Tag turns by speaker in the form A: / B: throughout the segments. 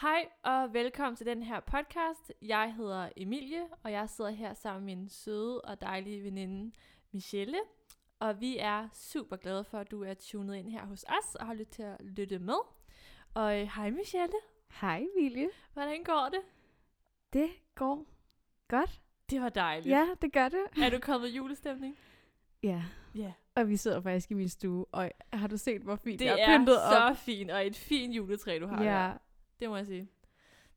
A: Hej og velkommen til den her podcast. Jeg hedder Emilie, og jeg sidder her sammen med min søde og dejlige veninde Michelle. Og vi er super glade for, at du er tunet ind her hos os og har lyttet til at lytte med. Og øh, hej Michelle,
B: Hej, Emilie.
A: hvordan går det?
B: Det går godt.
A: Det var dejligt.
B: Ja, det gør det.
A: Er du kommet i julestemning?
B: Ja,
A: Ja.
B: og vi sidder faktisk i min stue, og har du set, hvor fint
A: Det
B: jeg
A: er,
B: pyntet op?
A: så fint, og et fint juletræ, du har der.
B: Ja,
A: Det må jeg sige.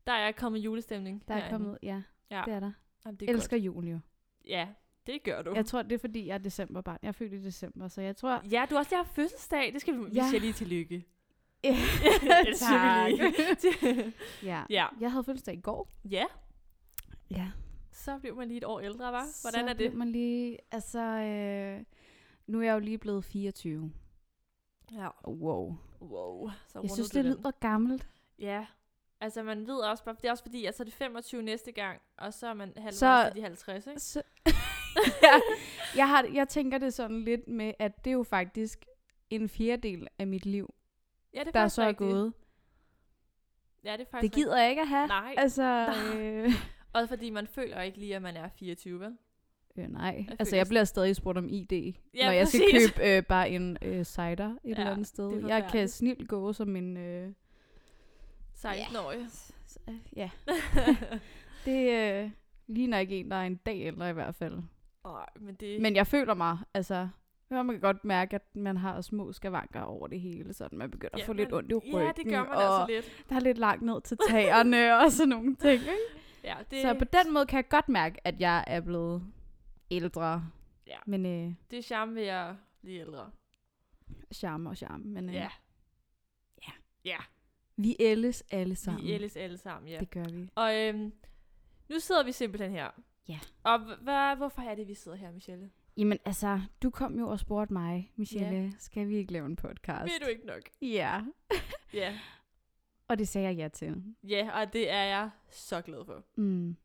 A: Der er kommet julestemning.
B: der er
A: herinde.
B: kommet, ja,
A: Ja.
B: det er der.
A: Jamen, det
B: Jeg
A: er
B: elsker julen jo.
A: Godt. Ja, det gør du.
B: Jeg tror, det er, fordi jeg er decemberbarn. Jeg er født i december, så jeg tror...
A: Ja, du har også jeg har fødselsdag. Det skal vi, vi
B: Ja.
A: siger lige tillykke.
B: Ja,
A: det siger vi lige.
B: ja.
A: ja.
B: Jeg havde fødselsdag i går.
A: ja,
B: Ja.
A: så blev man lige et år ældre, var?
B: så
A: Hvordan er
B: blev
A: det?
B: man lige... Altså, øh, nu er jeg jo lige blevet 24.
A: Ja.
B: Wow.
A: Wow. Så
B: Jeg
A: rundede
B: synes,
A: du
B: det
A: den.
B: lyder gammelt.
A: Ja. Altså, man ved også bare, det er også fordi, at så er det 25 næste gang, og så er man halvvejs
B: Så-
A: til de 50, ikke?
B: Så... ja, jeg, har, jeg tænker det sådan lidt med, at det er jo faktisk en fjerdedel af mit liv,
A: Ja, det er
B: der er
A: faktisk
B: så er
A: rigtigt.
B: gået.
A: Ja, det er faktisk
B: Det gider jeg ikke at have.
A: Nej.
B: Altså,
A: Nej.
B: øh,
A: rigtigt. Også fordi man føler ikke lige, at man er 24, vel?
B: øh, nej.
A: Jeg
B: Altså,
A: føler
B: jeg
A: sådan-
B: bliver stadig spurgt om ID,
A: Ja,
B: når jeg skal
A: præcis.
B: købe øh, bare en øh, cider et
A: Ja,
B: eller andet
A: det er
B: sted. Jeg kan
A: forfærdeligt.
B: snilt gå som en... Øh,
A: 16-årig.
B: s- øh, ja, det øh, ligner ikke en, der er en dag ældre i hvert fald.
A: Nej, men det...
B: Men jeg føler mig, altså... ja, Man kan godt mærke, at man har små skavanker over det hele, sådan man begynder at få lidt
A: men-
B: ondt i ryggen.
A: Ja, det gør man
B: og
A: altså lidt.
B: der er lidt langt ned til tagerne og sådan nogle ting. Ikke?
A: Ja, det,
B: Det... Så på den måde kan jeg godt mærke, at jeg er blevet ældre.
A: Ja.
B: Men øh,
A: det er charme ved at blive ældre.
B: charme og charme. Men øh,
A: Ja.
B: Ja.
A: Ja.
B: vi ældes alle sammen.
A: Vi ældes alle sammen, ja.
B: Det gør vi.
A: Og øhm, nu sidder vi simpelthen her.
B: Ja.
A: Og h- hva, hvorfor er det, vi sidder her, Michelle?
B: Jamen altså, du kom jo og spurgte mig, Michelle, skal vi ikke lave en podcast?
A: Ved du ikke nok?
B: Ja.
A: Ja.
B: Og det sagde jeg ja til.
A: Ja, og det er jeg så glad for.
B: Mm.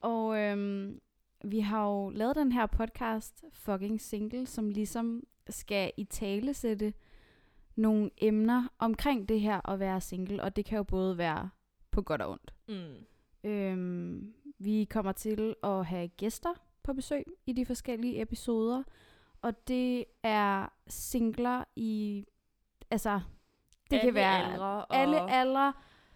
B: Og øhm, vi har jo lavet den her podcast, Fucking Single, som ligesom skal i tale sætte nogle emner omkring det her at være single, og det kan jo både være på godt og ondt.
A: Mm.
B: Øhm, vi kommer til at have gæster på besøg i de forskellige episoder, og det er singler i, altså, det kan være
A: ældre og
B: alle aldre,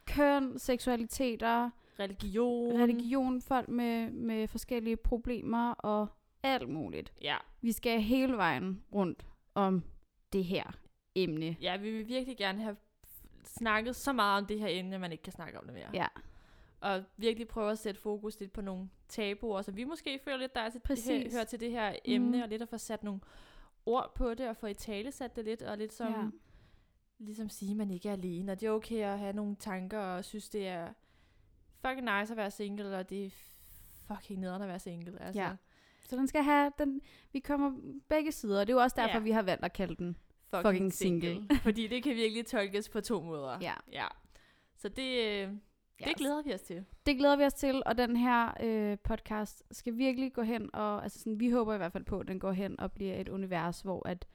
B: køn, seksualiteter,
A: religion.
B: religion, folk med, med forskellige problemer og alt muligt.
A: Ja.
B: Vi skal hele vejen rundt om det her emne.
A: ja, vi vil virkelig gerne have f- snakket så meget om det her emne, at man ikke kan snakke om det mere.
B: Ja.
A: Og virkelig prøve at sætte fokus lidt på nogle tabuer, som vi måske føler lidt, der er til, her,
B: Præcis.
A: hører til det her emne,
B: Mhm.
A: og lidt at få sat nogle ord på det, og få i tale sat det lidt, og lidt som...
B: ja.
A: ligesom sige, at man ikke er alene, og det er okay at have nogle tanker, og synes, det er fucking nice at være single, og det er fucking nederen at være single. Altså,
B: Ja. Så den skal have, den, vi kommer begge sider, og det er jo også derfor,
A: Ja.
B: ja. vi har valgt at kalde den. Fucking single.
A: fordi det kan virkelig tolkes på to måder.
B: Ja.
A: ja. Så det, øh, det
B: Yes.
A: glæder vi os til.
B: Det glæder vi os til, og den her øh, podcast skal virkelig gå hen, og altså sådan, vi håber i hvert fald på, at den går hen og bliver et univers, hvor at,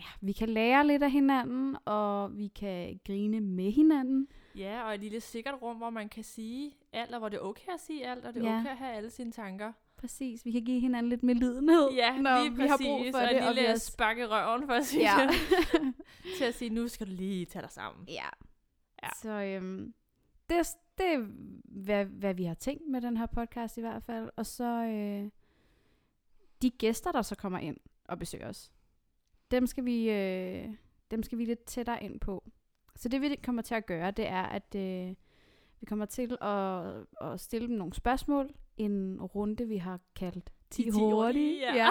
B: ja, vi kan lære lidt af hinanden, og vi kan grine med hinanden.
A: Ja, og et lille sikkert rum, hvor man kan sige alt, og hvor det er okay at sige alt, og det er
B: Ja.
A: okay at have alle sine tanker.
B: Præcis, vi kan give hinanden lidt med lidenhed,
A: Ja,
B: når
A: lige præcis,
B: vi har brug for
A: og
B: det.
A: en
B: vi
A: lille
B: er-
A: spark i røven, for at sige
B: Ja.
A: det, til at sige, nu skal du lige tage dig sammen.
B: ja.
A: Ja.
B: Så øhm, det, er- det er, hvad, hvad vi har tænkt med den her podcast i hvert fald. Og så øh, de gæster, der så kommer ind og besøger os, dem skal vi, øh, dem skal vi lidt tættere ind på. Så det vi kommer til at gøre, det er, at øh, vi kommer til at, at stille dem nogle spørgsmål. En runde, vi har kaldt 10 hurtige.
A: Ja.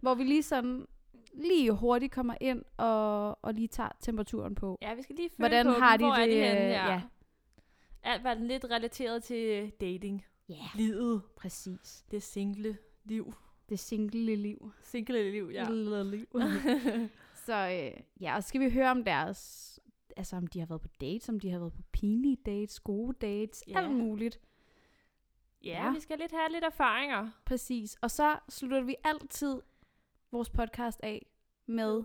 B: hvor vi lige sådan lige hurtigt kommer ind og, og lige tager temperaturen på.
A: Ja, vi skal lige føle
B: Hvordan
A: på
B: har
A: dem.
B: de
A: Hvor er de
B: det,
A: henne,
B: øh,
A: ja.
B: ja.
A: Alt var lidt relateret til dating.
B: Ja, yeah.
A: Livet.
B: præcis.
A: Det single liv.
B: Det single liv.
A: Single liv, ja.
B: liv. så øh, ja, og skal vi høre om deres, altså om de har været på dates, om de har været på pinlige dates, gode dates,
A: Ja.
B: yeah. alt muligt.
A: ja,
B: Ja.
A: vi skal lidt have lidt erfaringer.
B: Præcis. Og så slutter vi altid vores podcast af med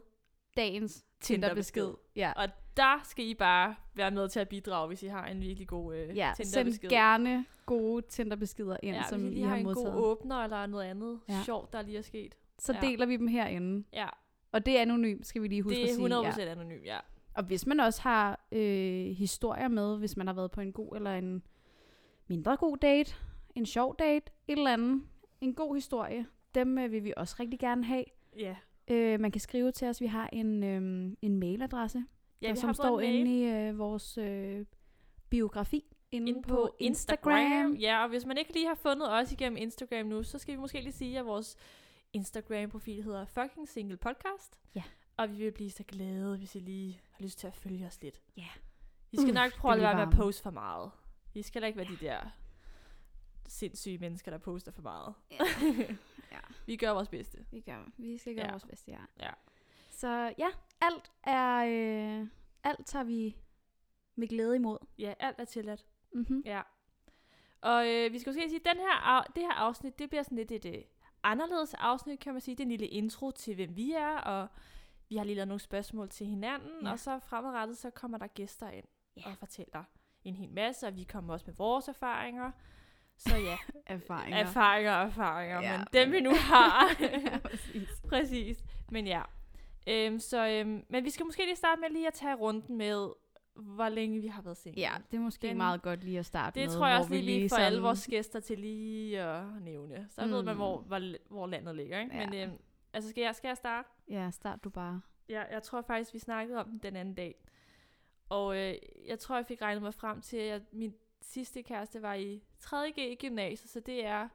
B: dagens
A: Tinderbesked.
B: Tinderbesked. Ja.
A: Og der skal I bare være med til at bidrage, hvis I har en virkelig god øh,
B: Ja, send
A: Tinder-besked.
B: gerne gode Tinder-beskeder ind, ja,
A: ja,
B: som
A: hvis I
B: I
A: lige har,
B: har
A: en
B: modtaget.
A: god åbner eller noget andet
B: Ja.
A: ja. sjovt, der lige er sket.
B: så
A: ja.
B: deler vi dem herinde.
A: Ja,
B: Og det er anonymt, skal vi lige huske
A: det
B: at sige.
A: er 100%
B: Ja.
A: anonym, ja.
B: Og hvis man også har øh, historier med, hvis man har været på en god eller en mindre god date, en sjov date, et eller andet, en god historie, dem øh, vil vi også rigtig gerne have.
A: Ja,
B: Øh, man kan skrive til os, vi har en, øh, en mailadresse,
A: ja
B: der,
A: vi
B: som
A: har fået
B: står
A: en mail.
B: inde i øh, vores øh, biografi inde,
A: Inde på Instagram. Ja, og hvis man ikke lige har fundet os igennem Instagram nu, så skal vi måske lige sige, at vores Instagram-profil hedder Fucking Single Podcast.
B: Ja.
A: Og vi vil blive så glade, hvis I lige har lyst til at følge os lidt.
B: Ja.
A: Vi skal
B: Uh,
A: nok prøve at
B: det
A: lade være
B: bliver
A: med at
B: varmt.
A: poste for meget. Vi skal da ikke være de der sindssyge mennesker, der poster for meget.
B: Ja. Ja.
A: Vi gør vores bedste.
B: Vi, gør, vi skal
A: gøre
B: gøre
A: Ja. vores
B: vores bedste, ja.
A: Ja.
B: Så ja, alt er øh, alt tager vi med glæde imod.
A: Ja, alt er tilladt.
B: Mm-hmm.
A: Ja. Og øh, vi skal måske sige, at den her, af- det her afsnit, det bliver sådan lidt et øh, anderledes afsnit, kan man sige. Det er en lille intro til, hvem vi er, og vi har lige lavet nogle spørgsmål til hinanden,
B: Ja.
A: ja. og så fremadrettet, så kommer der gæster ind
B: Ja.
A: ja. og fortæller en hel masse, og vi kommer også med vores erfaringer. Så ja,
B: Erfaringer.
A: erfaringer og erfaringer,
B: Ja,
A: ja, men dem vi nu har.
B: præcis.
A: Præcis. Men ja. Øhm, så, øhm, men vi skal måske lige starte med lige at tage runden med, hvor længe vi har været single.
B: Ja, det er måske
A: Den-
B: Den, meget godt lige at starte
A: Det
B: med.
A: tror jeg
B: hvor
A: også
B: vi
A: lige, lige for
B: sådan-
A: alle vores gæster til lige at nævne. Så mm. ved man,
B: Mm.
A: hvor, hvor, hvor landet ligger. Ikke?
B: Ja.
A: Men øhm, altså, skal jeg, skal jeg starte?
B: Ja, start du bare.
A: Ja, jeg tror faktisk, vi snakkede om den den anden dag. Og øh, jeg tror, jeg fik regnet mig frem til, at min sidste kæreste var i 3.G i gymnasiet, så det er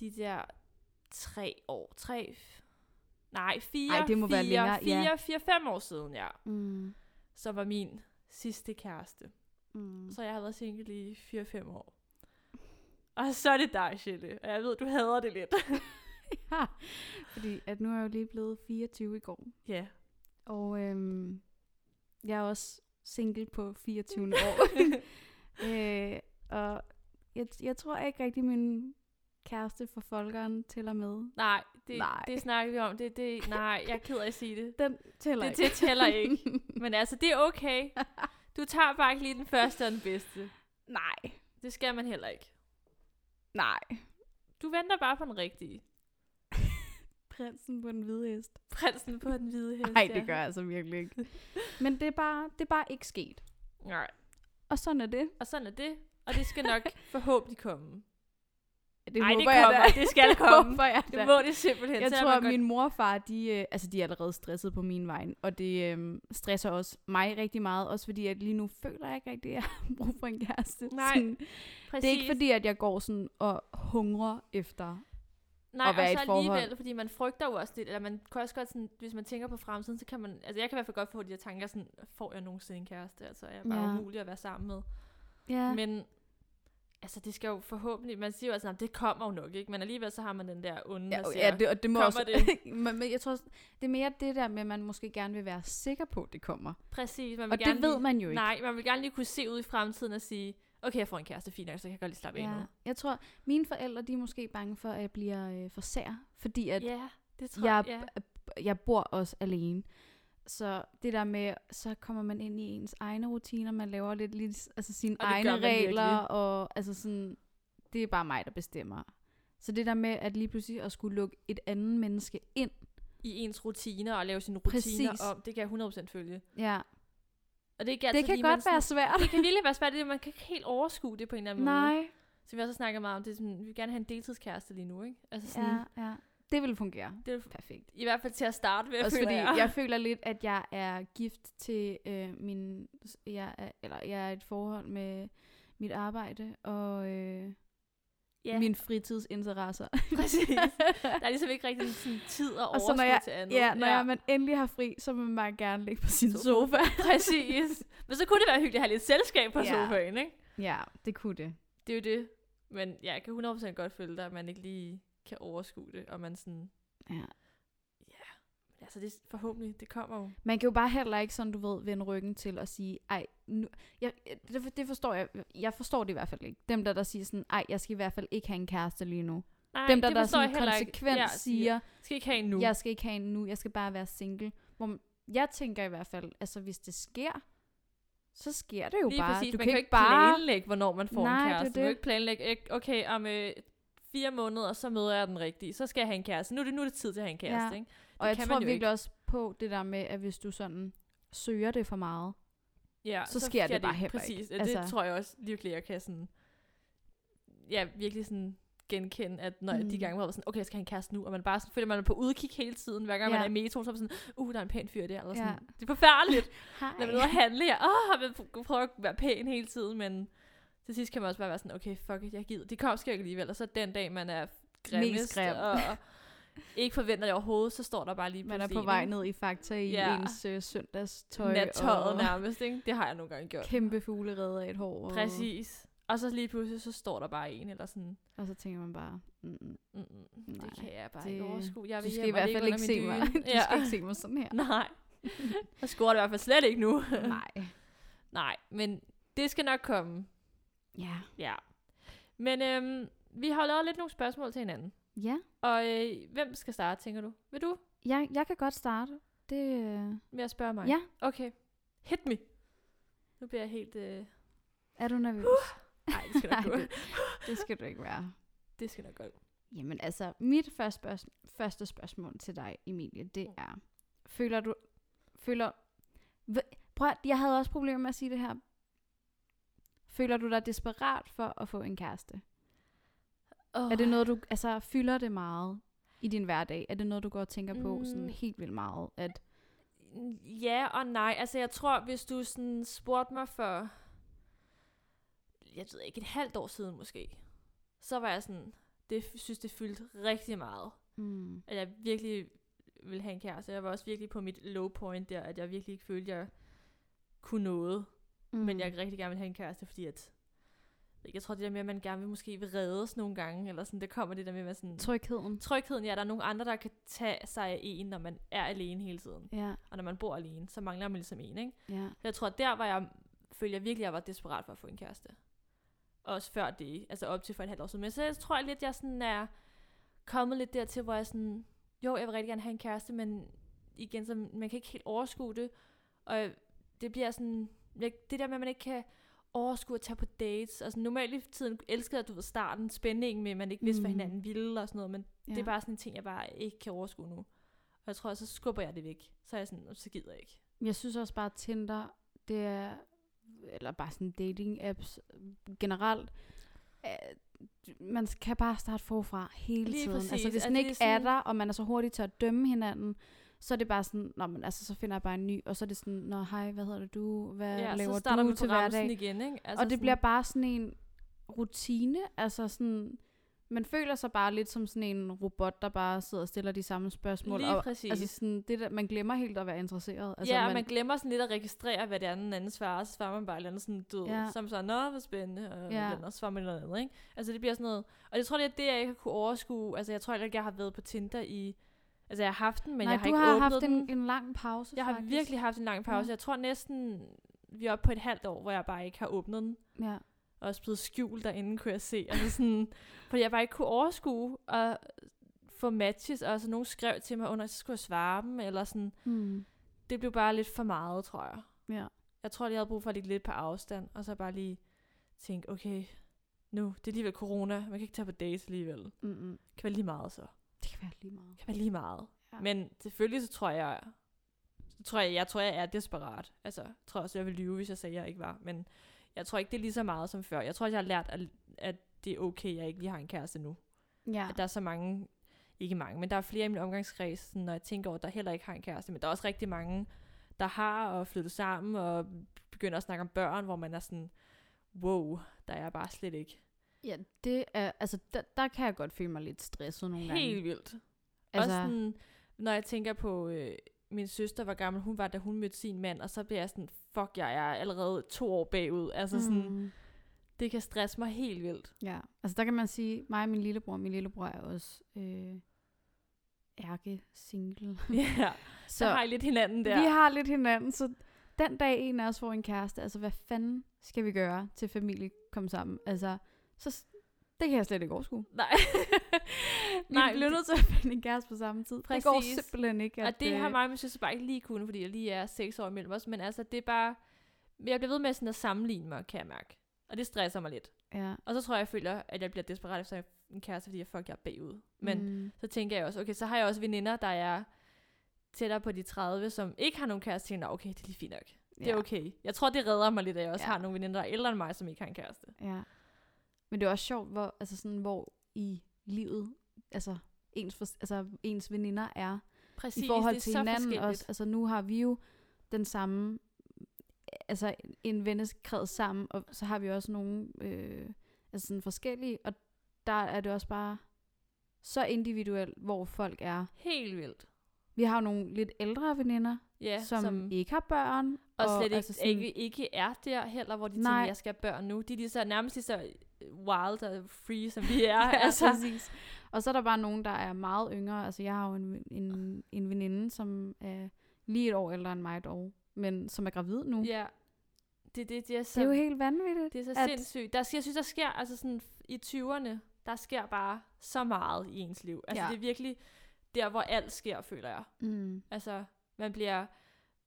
A: de der tre år, tre, nej, fire,
B: Ej, det må
A: fire,
B: være længere,
A: fire,
B: ja.
A: fire, fem år siden, ja,
B: Mm.
A: så var min sidste kæreste.
B: Mm.
A: Så jeg har været single i 4-5 år. Og så er det dig, Shelley. Og jeg ved, du hader det lidt.
B: Ja, fordi at nu er jeg jo lige blevet 24 i går.
A: ja.
B: Og øhm, jeg er også single på 24. år. øh, og jeg, jeg tror ikke rigtig, min kæreste for folkeren tæller med.
A: Nej, det,
B: Nej.
A: det snakker vi om. Det, det, nej, jeg er ked af at sige det.
B: Den tæller
A: Det,
B: ikke.
A: det tæller ikke. Men altså, det er okay. Du tager bare ikke lige den første og den bedste.
B: Nej,
A: Det skal man heller ikke.
B: nej.
A: Du venter bare på den rigtige.
B: Prinsen på den hvide hest.
A: Prinsen på den hvide hest.
B: Nej, det
A: ja.
B: gør jeg altså virkelig ikke. Men det er bare, det er bare ikke sket.
A: Nej,
B: Og sådan er det.
A: og sådan er det. Og det skal nok forhåbentlig komme.
B: Det
A: Ej, det
B: jeg da.
A: kommer. Det skal komme.
B: håber jeg
A: Det
B: da.
A: må det simpelthen.
B: Jeg
A: selvom
B: tror,
A: man
B: at
A: godt-
B: min mor og far, de, øh, altså, de er allerede stresset på min vej, og det øh, stresser også mig rigtig meget, også fordi at lige nu føler jeg ikke rigtig, at jeg har brug for en kæreste.
A: Nej,
B: sådan,
A: Præcis.
B: det er ikke fordi, at jeg går sådan og hungrer efter.
A: Nej,
B: at være
A: og
B: i
A: så
B: et forhold.
A: alligevel, fordi man frygter jo også lidt, eller man kan også godt sådan, hvis man tænker på fremtiden, så kan man, altså jeg kan i hvert fald godt få de her tanker sådan, får jeg nogensinde en kæreste, altså er jeg bare
B: Ja.
A: ja. umulig at være sammen med.
B: Ja.
A: Ja.
B: Men,
A: Men, altså det skal jo forhåbentlig, man siger jo altså, "Nå, det kommer jo nok, ikke? Men alligevel så har man den der onde,
B: ja,
A: ja, der
B: og-
A: siger,
B: ja, det, og det må
A: kommer
B: også,
A: det?
B: men, men jeg tror, også, det er mere det der med, at man måske gerne vil være sikker på, at det kommer.
A: præcis, man vil
B: Og
A: gerne
B: det ved
A: lige,
B: man jo ikke.
A: Nej, man vil gerne lige kunne se ud i fremtiden og sige, okay, jeg får en kæreste, fint nok, så kan jeg godt lige slappe ja. af
B: Ja.
A: nu.
B: Jeg tror, mine forældre, de er måske bange for, at jeg bliver øh, for sær, fordi at
A: Ja, det tror
B: jeg,
A: jeg, ja.
B: jeg bor også alene. Så det der med, så kommer man ind i ens egne rutiner, man laver lidt, lidt altså sine
A: Og det gør
B: egne
A: man virkelig.
B: regler, og altså sådan, det er bare mig, der bestemmer. Så det der med, at lige pludselig at skulle lukke et andet menneske ind,
A: I ens rutiner og lave sine rutiner
B: Præcis.
A: om, det kan jeg 100% følge.
B: ja,
A: Og det er ikke altid
B: det kan
A: lige, Altså, man
B: godt
A: sådan-
B: være svært.
A: Det kan virkelig være svært, det er, man kan ikke helt overskue det på en eller anden måde.
B: Nej,
A: Så vi har også snakket meget om det, er sådan, vi vil gerne have en deltidskæreste lige nu, ikke? Altså sådan, ja.
B: ja, ja. Det ville fungere.
A: det er
B: Perfekt.
A: i hvert fald til at starte med,
B: Jeg Også
A: føler
B: fordi
A: jeg.
B: jeg føler lidt, at jeg er gift til øh, min... Jeg er, eller jeg er i et forhold med mit arbejde og øh,
A: ja,
B: mine fritidsinteresser.
A: præcis. Der er ligesom ikke rigtig sådan tid og
B: Og så når
A: overskud
B: jeg-
A: til andet.
B: Ja, når ja. man endelig har fri, så vil man gerne ligge på sin sofa.
A: Præcis. Men så kunne det være hyggeligt at have lidt selskab på
B: Ja.
A: ja. sofaen, ikke?
B: ja, det kunne det.
A: Det er jo det. Men ja, jeg kan 100% godt føle dig, at man ikke lige kan overskue det, og man sådan...
B: Ja.
A: Altså, det er forhåbentlig, det kommer jo.
B: Man kan jo bare heller ikke, sådan du ved, vende ryggen til og sige, ej, nu, jeg, det, for- det forstår jeg, jeg forstår det i hvert fald ikke. Dem der, der siger sådan, ej, jeg skal i hvert fald ikke have en kæreste lige nu.
A: Nej,
B: Dem der,
A: det
B: der
A: forstår
B: sådan
A: jeg heller ikke.
B: konsekvent
A: Ja,
B: siger,
A: Skal ikke have en nu.
B: jeg skal ikke have en nu, jeg skal bare være single. Hvor man, jeg tænker i hvert fald, altså hvis det sker, så sker det jo
A: Lige
B: bare.
A: præcis,
B: du
A: man kan jo
B: ikke
A: ikke
B: bare...
A: planlægge, hvornår man får
B: Nej, det
A: en
B: er
A: kæreste. Du kan
B: det.
A: jo ikke planlægge, ikke, okay, om øh, fire måneder, så møder jeg den rigtige, så skal jeg have en kæreste. Nu er det, nu er det tid til at have en kæreste,
B: Ja.
A: ikke?
B: Og jeg
A: kan
B: tror
A: man jo
B: virkelig
A: ikke.
B: også på det der med, at hvis du sådan søger det for meget,
A: Ja,
B: Så sker det bare heller
A: præcis.
B: ikke.
A: Præcis, altså. det
B: Altså.
A: tror jeg også virkelig, jeg kan sådan, ja, virkelig sådan genkende, at når mm. de
B: Mm.
A: gange, hvor jeg var sådan, okay, jeg skal have en kæreste nu, og man bare sådan, føler, man er på udkig hele tiden, hver gang ja. man
B: Ja.
A: er i metroen, så er man sådan, uh, der er en pæn fyr der, eller
B: Ja.
A: sådan, det er forfærdeligt,
B: Hej.
A: når man er ude at handle, jeg, åh, man prøver at være pæn hele tiden, men til sidst kan man også bare være sådan, okay, fuck it, jeg gider, det kommer sker ikke alligevel, og så den dag, man er grimmest,
B: grim.
A: og, og ikke forventer det overhovedet, så står der bare lige
B: Man er
A: pludselig
B: på
A: en,
B: vej
A: ikke?
B: ned i fakta i
A: Ja.
B: ja. ens øh, søndagstøj.
A: nattøjet
B: og
A: nærmest, ikke? det har jeg nogle gange gjort.
B: Kæmpe fuglerede af et hår. Og,
A: Præcis. Og så lige pludselig, så står der bare en, eller sådan,
B: og så tænker man bare, mm, mm,
A: mm, mm,
B: nej.
A: det kan jeg bare
B: det-
A: ikke overskue. Jeg
B: du
A: vil
B: skal
A: hjem,
B: i
A: og
B: hvert
A: ligge
B: fald ikke se
A: under
B: mig.
A: min
B: Du
A: dyne. ja.
B: skal ikke se mig sådan her.
A: Nej. Jeg scorer det i hvert fald slet ikke nu.
B: Nej.
A: Nej, men det skal nok komme.
B: Ja.
A: Ja. Men øhm, vi har lavet lidt nogle spørgsmål til hinanden.
B: Ja.
A: Og øh, hvem skal starte, tænker du? Vil du
B: Jeg, jeg kan godt starte. Det, øh,
A: med at spørge mig?
B: ja.
A: Okay. Hit me. Nu bliver jeg helt... Øh...
B: Er du nervøs?
A: Nej, det skal
B: Nej,
A: nok gå.
B: det, det skal du ikke være.
A: det skal nok gå.
B: Jamen altså, mit første, spørgsmål, første spørgsmål til dig, Emilie, det er, føler du, føler, Hv- prøv at, jeg havde også problemer med at sige det her. Føler du dig desperat for at få en kæreste?
A: Oh.
B: Oh. Er det noget, du, altså fylder det meget i din hverdag? Er det noget, du går og tænker på mm. sådan
A: Mm.
B: helt vildt meget? At,
A: Ja og nej. Altså, jeg tror, hvis du sådan spurgte mig for, jeg ved ikke, et halvt år siden måske, så var jeg sådan, det synes, det fyldte rigtig meget.
B: mm,
A: At jeg virkelig ville have en kæreste. Jeg var også virkelig på mit low point der, at jeg virkelig ikke følte, jeg kunne noget.
B: mm,
A: Mm. Men jeg rigtig gerne ville have en kæreste, fordi at, jeg ved ikke, jeg tror det der med, at man gerne vil måske vil reddes nogle gange, eller sådan, der kommer det der med, at man sådan,
B: Trygheden.
A: trygheden, ja, der er nogle andre, der kan tage sig af en, når man er alene hele tiden.
B: Ja,
A: Og når man bor alene, så mangler man ligesom en, ikke?
B: ja.
A: For Jeg tror, der var jeg, følte jeg virkelig, jeg var desperat for at få en kæreste. Også før det, altså op til for et halvt år siden. Men så jeg tror jeg lidt, jeg sådan er kommet lidt dertil, hvor jeg sådan, jo, jeg vil rigtig gerne have en kæreste, men igen, så man kan ikke helt overskue det. Og det bliver sådan, jeg- det der med, at man ikke kan overskue at tage på dates. Altså normalt i tiden elskede jeg, du ved, starten, spændingen med, at man ikke vidste, hvad
B: Mhm.
A: hinanden ville og sådan noget, men
B: ja.
A: det er bare sådan en ting, jeg bare ikke kan overskue nu. Og jeg tror, så skubber jeg det væk. Så er jeg sådan, "Nå, så gider jeg ikke.
B: Jeg synes også bare, at Tinder, det er, eller bare sådan dating-apps øh, generelt, øh, man kan bare starte forfra hele
A: Lige
B: tiden.
A: præcis.
B: Altså hvis
A: Altså,
B: den
A: det er
B: ikke er
A: sådan-
B: der, og man er så hurtig til at dømme hinanden, så er det bare sådan, Nå, men, altså, så finder jeg bare en ny, og så er det sådan, Nå, hej, hvad hedder det du, hvad
A: Ja,
B: øh, laver
A: så starter
B: du
A: man
B: til
A: på ramsen
B: hverdag?
A: igen, ikke?
B: Altså og det sådan... bliver bare sådan en rutine, altså sådan, man føler sig bare lidt som sådan en robot, der bare sidder og stiller de samme spørgsmål.
A: Lige
B: og,
A: præcis.
B: altså sådan, det der, man glemmer helt at være interesseret.
A: Altså,
B: Altså,
A: ja, man, man glemmer sådan lidt at registrere, hvad det er, den anden svarer, og så svarer man bare et eller andet sådan, du ja.
B: Ja.
A: som så, nå, hvor spændende, og,
B: Ja.
A: ja. og så svarer man noget andet, ikke? Altså, det bliver sådan noget, og det tror jeg, det er det, jeg ikke har kunne overskue, altså, jeg tror heller ikke, jeg har været på Tinder i, altså, jeg har haft den, men
B: Nej,
A: jeg har
B: du
A: ikke
B: har
A: åbnet
B: haft
A: den.
B: En, en lang pause,
A: jeg har
B: faktisk.
A: virkelig haft en lang pause.
B: Ja.
A: Jeg tror næsten, vi er oppe på et halvt år, hvor jeg bare ikke har åbnet den.
B: Ja.
A: Og også blevet skjult derinde, kunne jeg se. Altså sådan, fordi jeg bare ikke kunne overskue at få matches, og så nogen skrev til mig under, så skulle jeg svare dem, eller sådan,
B: Mm.
A: det blev bare lidt for meget, tror jeg.
B: Ja.
A: Jeg tror, jeg havde brug for at ligge lidt på afstand, og så bare lige tænke, okay, nu, det er alligevel corona, man kan ikke tage på dates alligevel. Det
B: Mm-mm.
A: kan være lige meget så. Mm, Det
B: Det kan være lige meget.
A: kan være lige meget.
B: Ja.
A: Ja. Men selvfølgelig så tror jeg, så tror jeg, jeg tror, jeg er desperat. Altså, jeg tror også, jeg ville lyve, hvis jeg sagde, at jeg ikke var. Men jeg tror ikke, det er lige så meget som før. Jeg tror, jeg har lært, at, at det er okay, at jeg ikke lige har en kæreste nu.
B: Ja.
A: At der er så mange, ikke mange, men der er flere i min omgangskreds, sådan, når jeg tænker over, der heller ikke har en kæreste, men der er også rigtig mange, der har og flyttet sammen og begynder at snakke om børn, hvor man er sådan, wow, der er jeg bare slet ikke.
B: ja, det er, altså, der, der kan jeg godt føle mig lidt stresset nogle gange.
A: Helt vildt. Altså...
B: Altså,
A: Også sådan, når jeg tænker på øh, min søster, hvor gammel hun var, da hun mødte sin mand, og så bliver jeg sådan, fuck, jeg er allerede to år bagud. Altså sådan,
B: mm.
A: det kan stresse mig helt vildt.
B: Ja, altså der kan man sige, mig og min lillebror, min lillebror er også øh, ærke-single.
A: ja, så har I lidt hinanden der.
B: vi har lidt hinanden, så den dag en af os får en kæreste, altså hvad fanden skal vi gøre til familie komme sammen? Altså, så s- Det kan jeg slet ikke overskue.
A: Nej.
B: Nej,
A: Nej,
B: vi bliver nødt til at finde en kæreste på samme tid. Det går
A: Præcis.
B: simpelthen ikke.
A: Og det
B: øh,
A: har mig og min søster bare ikke lige kunnet, fordi jeg lige er seks år imellem os. Men altså, det er bare... Jeg bliver ved med sådan at sammenligne mig, kan jeg mærke. Og det stresser mig lidt.
B: Ja.
A: Og så tror jeg, jeg føler, at jeg bliver desperat efter en kæreste, fordi jeg fuck, jeg er bagud. Men mm.
B: Mm.
A: så tænker jeg også, okay, så har jeg også veninder, der er tættere på de 30, som ikke har nogen kæreste. Tænker, "Nå, okay, det er lige fint nok. Det er
B: ja.
A: okay. Jeg tror, det redder mig lidt, at jeg også
B: Ja.
A: ja. har nogle veninder, der er ældre end mig, som ikke har en kæreste.
B: Ja. Men det er også sjovt, hvor, altså sådan, hvor i livet, altså ens, for, altså ens veninder er
A: Præcis,
B: i forhold
A: det er
B: til
A: så
B: hinanden
A: forskelligt.
B: også. Altså nu har vi jo den samme, altså en vennekreds sammen, og så har vi også nogle øh, altså sådan forskellige, og der er det også bare så individuelt, hvor folk er.
A: Helt vildt.
B: Vi har jo nogle lidt ældre veninder,
A: Ja,
B: som, som ikke har børn.
A: Og slet ikke,
B: altså
A: altså
B: sådan-
A: ikke, ikke er der heller, hvor de Nej.
B: Nej.
A: tænker, jeg skal have børn nu. De er lige så, nærmest lige så øh, wild og free, som vi er.
B: Ja,
A: altså.
B: altså. præcis. Og så er der bare nogen, der er meget yngre. Altså, jeg har jo en, en, en veninde, som er lige et år ældre end mig dog, men som er gravid nu.
A: Ja. Det, det, det, er så,
B: det er jo helt vanvittigt.
A: det er så
B: at-
A: at... sindssygt. Der, sker- jeg synes, der sker altså sådan, i 20'erne, der sker bare så meget i ens liv. Altså
B: Ja.
A: ja. det er virkelig der, hvor alt sker, føler jeg.
B: Mm.
A: Altså man bliver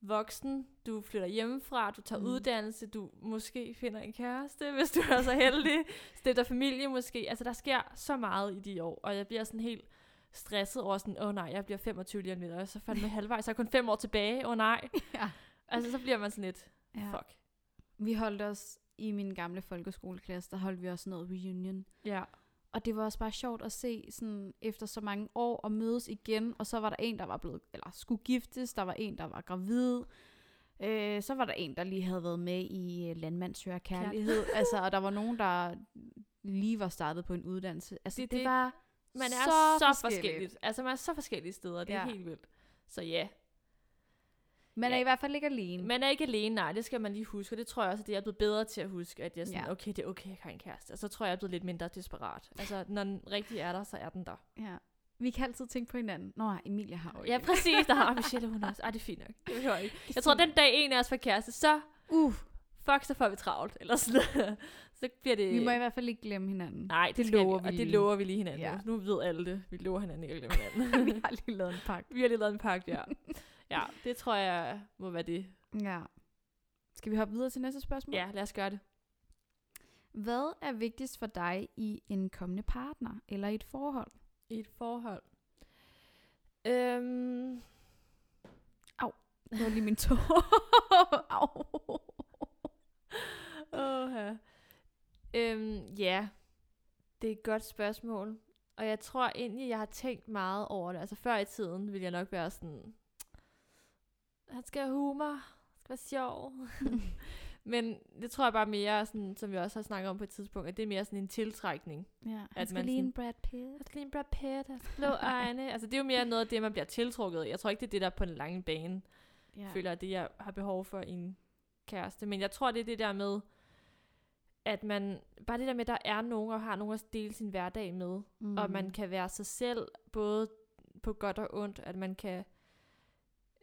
A: voksen, du flytter hjemmefra, du tager
B: Mm.
A: mm. uddannelse, du måske finder en kæreste, hvis du er så heldig, stifter familie måske. Altså der sker så meget i de år, og jeg bliver sådan helt stresset over sådan, åh oh, nej, jeg bliver 25 lige om lidt, og så fandme halvvejs, så er jeg kun fem år tilbage, åh oh, nej.
B: Ja.
A: Altså så bliver man sådan lidt,
B: Ja.
A: fuck.
B: Vi holdt os i min gamle folkeskoleklasse, der holdt vi også noget reunion.
A: Ja.
B: Og det var også bare sjovt at se sådan, efter så mange år og mødes igen. Og så var der en, der var blevet, eller skulle giftes. Der var en, der var gravid. Øh, så var der en, der lige havde været med i øh, Landmandsøger Kærlighed. altså, og der var nogen, der lige var startet på en uddannelse. Altså,
A: Det-
B: det, det, det
A: det-
B: var
A: Man er så, så
B: forskelligt.
A: forskelligt. forskelligt. Altså man er så forskellige steder, det er
B: Ja.
A: helt vildt. Så ja,
B: Man er
A: Ja.
B: i hvert fald ikke alene.
A: Man er ikke alene, nej, det skal man lige huske, og det tror jeg også, at det er blevet bedre til at huske, at jeg er sådan,
B: Ja.
A: ja. okay, det er okay, jeg har en kæreste, og så tror jeg, jeg er blevet lidt mindre desperat. Altså, når den rigtig er der, så er den der.
B: ja. Vi kan altid tænke på hinanden. Nå, Emilia har jo
A: Okay. Ja,
B: ikke.
A: præcis, der har Michelle, hun også. Ej, det er fint nok. Det behøver jeg ikke. Jeg tror, den dag en af os får kæreste, så
B: Uh,
A: fuck, så får vi travlt, eller sådan noget. Så bliver det...
B: vi må i hvert fald ikke glemme hinanden.
A: Nej, det,
B: det
A: det skal
B: lover
A: vi, og
B: vi
A: det
B: lige.
A: lover vi lige hinanden.
B: Ja.
A: Ja. Nu ved alle det. Vi lover hinanden ikke at glemme hinanden.
B: vi har lige lavet en pakke.
A: vi har lige lavet en pakke, ja. Ja, det tror jeg må være det.
B: Ja. Skal vi hoppe videre til næste spørgsmål?
A: Ja, lad os gøre det.
B: Hvad er vigtigst for dig i en kommende partner eller i et forhold?
A: I et forhold. Øhm,
B: Det var lige min tog. Au.
A: Åh, øhm, ja, det er et godt spørgsmål. Og jeg tror egentlig, jeg har tænkt meget over det. Altså før i tiden ville jeg nok være sådan, han skal have humor, han skal være sjov. Men det tror jeg bare mere, er sådan, som vi også har snakket om på et tidspunkt, at det er mere sådan en tiltrækning.
B: Ja, han
A: At
B: skal
A: man
B: lige
A: sådan-
B: en Brad
A: Jeg
B: Pitt.
A: skal lige en Brad Pitt, jeg skal blå øjne. altså det er jo mere noget af det, man bliver tiltrukket af. Jeg tror ikke, det er det, der på en lang bane ja. føler, at det jeg har behov for i en kæreste. Men jeg tror, det er det der med, at man, bare det der med, at der er nogen og har nogen at dele sin hverdag med, mm.
B: Mm.
A: og man kan være sig selv, både på godt og ondt, at man kan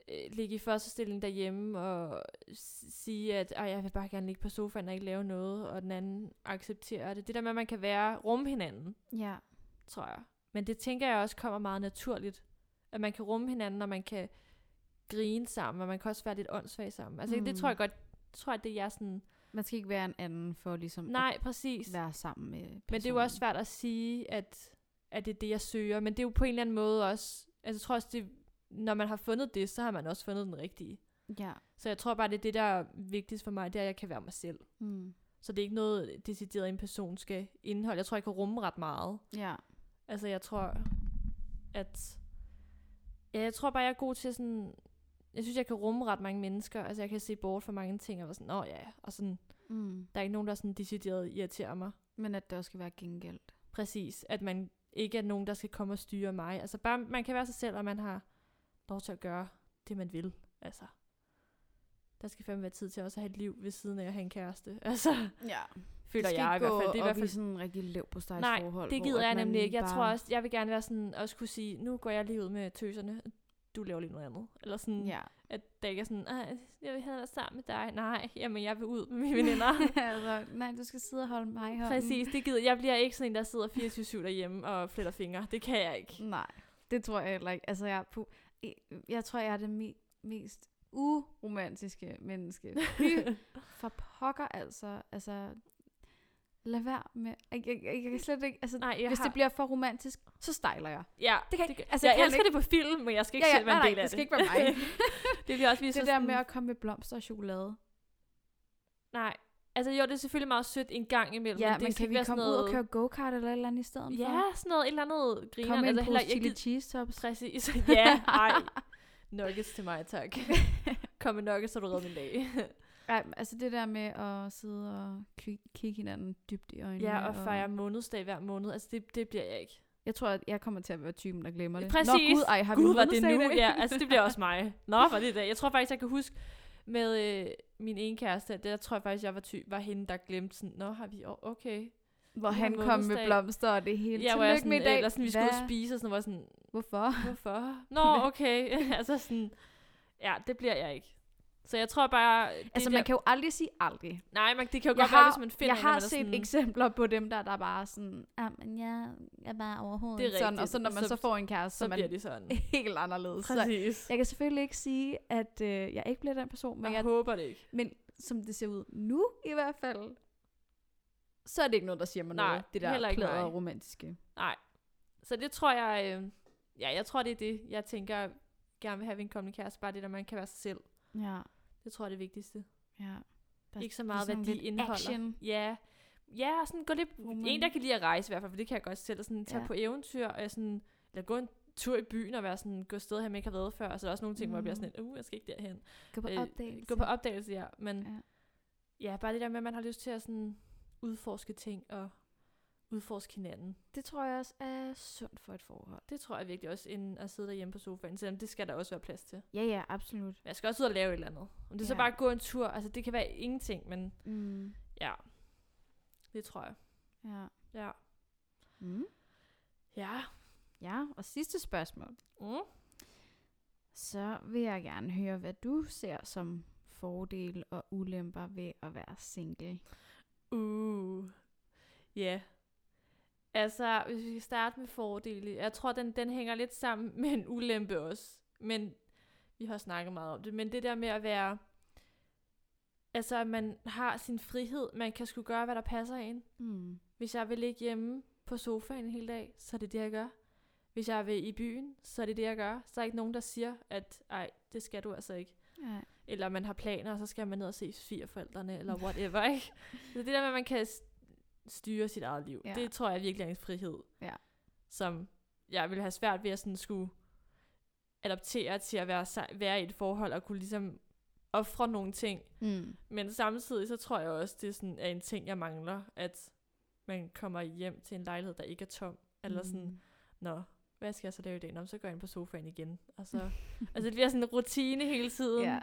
A: øh, ligge i første stilling derhjemme og s- sige, at "Ej, jeg vil bare gerne ligge på sofaen og ikke lave noget, og den anden accepterer det. Det der med, at man kan være rumme hinanden
B: Ja.
A: tror jeg. Men det tænker jeg også kommer meget naturligt. At man kan rumme hinanden, og man kan grine sammen, og man kan også være lidt åndssvag sammen. Altså mm. det
B: Mm.
A: tror jeg godt, tror jeg, det er jeg sådan...
B: Man skal ikke være en anden for ligesom
A: Nej, præcis.
B: at være sammen med personen.
A: Men det er jo også svært at sige, at, at det er det, jeg søger. Men det er jo på en eller anden måde også... Altså jeg tror også, det, når man har fundet det, så har man også fundet den rigtige.
B: Ja.
A: Så jeg tror bare, det er det, der er vigtigst for mig, det er, at jeg kan være mig selv.
B: Mm.
A: Så det er ikke noget, decideret en person skal indeholde. Jeg tror, jeg kan rumme ret meget.
B: Ja.
A: Altså, jeg tror, at... Ja, jeg tror bare, jeg er god til sådan... Jeg synes, jeg kan rumme ret mange mennesker. Altså, jeg kan se bort fra mange ting, og være sådan, åh ja, og sådan,
B: Mm.
A: der er ikke nogen, der sådan decideret irriterer mig.
B: Men at det også skal være gengældt.
A: Præcis, at man ikke er nogen, der skal komme og styre mig. Altså, bare, man kan være sig selv, og man har lov til at gøre det, man vil. Altså, der skal fandme være tid til også at have et liv ved siden af at have en kæreste. Altså,
B: Ja.
A: føler jeg i hvert fald. Det er i hvert fald
B: sådan en rigtig lav på
A: Nej,
B: forhold.
A: det
B: hvor
A: gider
B: at
A: jeg
B: man
A: nemlig ikke. Jeg
B: bare-
A: tror også, jeg vil gerne være sådan, også kunne sige, nu går jeg lige ud med tøserne. du laver lige noget andet. Eller sådan, ja.
B: Ja.
A: at der ikke er sådan, "Ej, jeg vil hellere være sammen med dig. Nej, jamen jeg vil ud med mine veninder.
B: altså, nej, du skal sidde og holde mig i hånden.
A: Præcis, det gider. Jeg bliver ikke sådan en, der sidder 24-7 derhjemme og fletter fingre. Det kan jeg ikke.
B: Nej, det tror jeg heller ikke. Altså, jeg, er pu- jeg, jeg tror, jeg er det mi- mest uromantiske menneske. Fy for pokker, altså. Altså, lad være med... Jeg, jeg, jeg, jeg kan slet ikke... Altså,
A: Nej, jeg
B: hvis
A: har...
B: det bliver for romantisk, så stejler jeg.
A: Ja,
B: det kan-
A: det,
B: altså,
A: altså, jeg,
B: kan
A: elsker
B: ikke-
A: det på film, men jeg skal ikke
B: Ja, ja,
A: selv være
B: nej,
A: en del
B: nej,
A: af
B: det
A: det.
B: skal ikke være mig.
A: det bliver også vist
B: Det der med at komme med blomster og chokolade.
A: Nej, altså jo, det er selvfølgelig meget sødt en gang imellem.
B: Ja,
A: men det
B: men
A: skal
B: kan
A: ikke
B: vi
A: være
B: komme
A: sådan noget...
B: ud og køre go-kart eller et eller andet i stedet for?
A: Ja, sådan noget, et eller andet griner.
B: Kom med en
A: altså,
B: pose
A: heller- jeg
B: chili
A: gider-
B: cheese tops.
A: Præcis. Ja, nej. Nuggets til mig, tak. Kom med nuggets, så du redder min dag.
B: Ej, altså det der med at sidde og kli- kigge hinanden dybt i øjnene.
A: ja, og fejre månedsdag hver måned. Altså, det, det bliver jeg ikke.
B: Jeg tror, at jeg kommer til at være typen, der glemmer det.
A: Præcis.
B: Nå, gud, ej, har
A: Gud,
B: vi
A: var det
B: månedsdag i
A: nu?
B: dag?
A: Ja, altså det bliver også mig. Nå, var det det. Jeg tror faktisk, jeg kan huske med øh, min ene kæreste, at det, jeg tror faktisk, jeg var, ty- var hende, der glemte sådan, nå, har vi år? Okay.
B: Hvor
A: Vi har
B: han kom med
A: månedsdag.
B: blomster og det hele.
A: Ja, hvor jeg
B: Tillykke
A: sådan,
B: med i dag.
A: eller sådan, vi skulle
B: Hvad?
A: ud og spise, og sådan, var sådan,
B: Hvorfor?
A: hvorfor? Nå, okay. altså sådan, ja, det bliver jeg ikke. Så jeg tror bare, det
B: Altså,
A: der,
B: man kan jo aldrig sige aldrig.
A: nej, man, det kan jo
B: Jeg
A: godt være,
B: har-
A: hvis man finder
B: jeg
A: en,
B: har
A: man er
B: set
A: sådan,
B: eksempler på dem der, der er bare sådan, ja, men jeg, jeg er bare overhovedet
A: Det er
B: sådan.
A: rigtigt.
B: Og så når
A: Og
B: man
A: så-
B: så, får en kæreste, så,
A: så
B: er man
A: bliver det sådan.
B: helt anderledes. Så
A: Præcis.
B: jeg kan selvfølgelig ikke sige, at øh, jeg ikke bliver den person, men,
A: Jeg
B: jeg,
A: håber det ikke.
B: men som det ser ud nu i hvert fald, så er det ikke noget, der siger mig
A: Nej,
B: noget. Det
A: heller
B: der
A: ikke
B: plader
A: mig.
B: og romantiske.
A: Så det tror jeg, øh, ja, jeg tror, det er det, jeg tænker, gerne vil have ved en kommende kæreste. Bare det, der man kan være sig selv.
B: Ja,
A: Det tror jeg er det vigtigste.
B: ja. Der-
A: Der, ikke så
B: Det er
A: meget,
B: sådan
A: hvad de
B: ligesom lidt
A: indeholder.
B: Action.
A: Ja. Ja, og sådan gå lidt...
B: Woman.
A: En, der kan lide at rejse i hvert fald, for det kan jeg godt selv. og Sådan, tage
B: Ja.
A: på eventyr, og jeg sådan, eller gå en tur i byen og være sådan, gå et sted, her man ikke har været før. Og så er der også nogle ting, mm. hvor jeg bliver sådan lidt, uh, jeg skal ikke derhen.
B: Gå på
A: Øh,
B: opdagelse.
A: Gå på opdagelse, ja. Men
B: Ja.
A: ja. ja, bare det der med, at man har lyst til at sådan, udforske ting og udforske hinanden.
B: Det tror jeg også er sundt for et forhold.
A: Det tror jeg virkelig også, inden at sidde derhjemme på sofaen, selvom det skal der også være plads til.
B: Ja, ja, absolut.
A: Men jeg skal også ud og lave et eller andet. Om det ja. så
B: Ja.
A: bare at gå en tur, altså det kan være ingenting, men
B: Mm.
A: ja, det tror jeg.
B: Ja.
A: Ja.
B: Mm.
A: Ja.
B: ja, og sidste spørgsmål.
A: Mm.
B: Så vil jeg gerne høre, hvad du ser som fordele og ulemper ved at være single.
A: Uh. Ja. Yeah. Altså, hvis vi skal starte med fordele. Jeg tror, den, den hænger lidt sammen med en ulempe også. Men vi har snakket meget om det. Men det der med at være... Altså, at man har sin frihed. Man kan sgu gøre, hvad der passer en.
B: Mm.
A: Hvis jeg vil ligge hjemme på sofaen en hel dag, så er det det, jeg gør. Hvis jeg vil i byen, så er det det, jeg gør. Så er der ikke nogen, der siger, at ej, det skal du altså ikke.
B: Ja.
A: Eller man har planer, og så skal man ned og se svigerforældrene, eller whatever, ikke? Så det der med, at man kan s- styre sit eget liv,
B: Ja.
A: ja. det tror jeg virkelig er en frihed.
B: Ja.
A: Som jeg ville have svært ved at sådan skulle adoptere til at være, se- være i et forhold, og kunne ligesom ofre nogle ting.
B: Mm.
A: Men samtidig, så tror jeg også, det sådan er en ting, jeg mangler, at man kommer hjem til en lejlighed, der ikke er tom. Eller sådan,
B: Mm.
A: nå, hvad skal jeg så lave i dag? Nå, men så går jeg ind på sofaen igen. Og så, altså, det bliver sådan en rutine hele tiden.
B: Ja.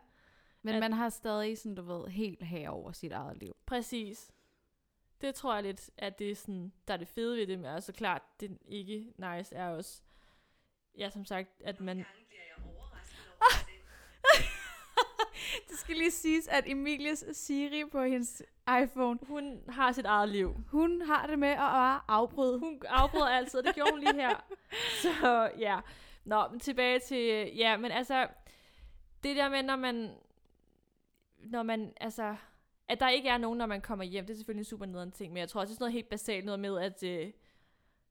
B: Men
A: At-
B: man har stadig sådan, du ved, helt her over sit eget liv.
A: Præcis. Det tror jeg lidt, at det er sådan, der er det fede ved det, men også klart, det ikke nice er også, ja, som sagt, at man...
B: Det skal lige siges, at Emilies Siri på hendes iPhone,
A: Hun har sit eget liv.
B: hun har det med at bare afbryde.
A: Hun afbryder altid, og det gjorde hun lige her. Så ja. Nå, men tilbage til... øh, Ja, men altså... Det der med, når man... Når man, altså... At der ikke er nogen, når man kommer hjem, det er selvfølgelig en super nederen ting, men jeg tror også, det er sådan noget helt basalt noget med, at øh,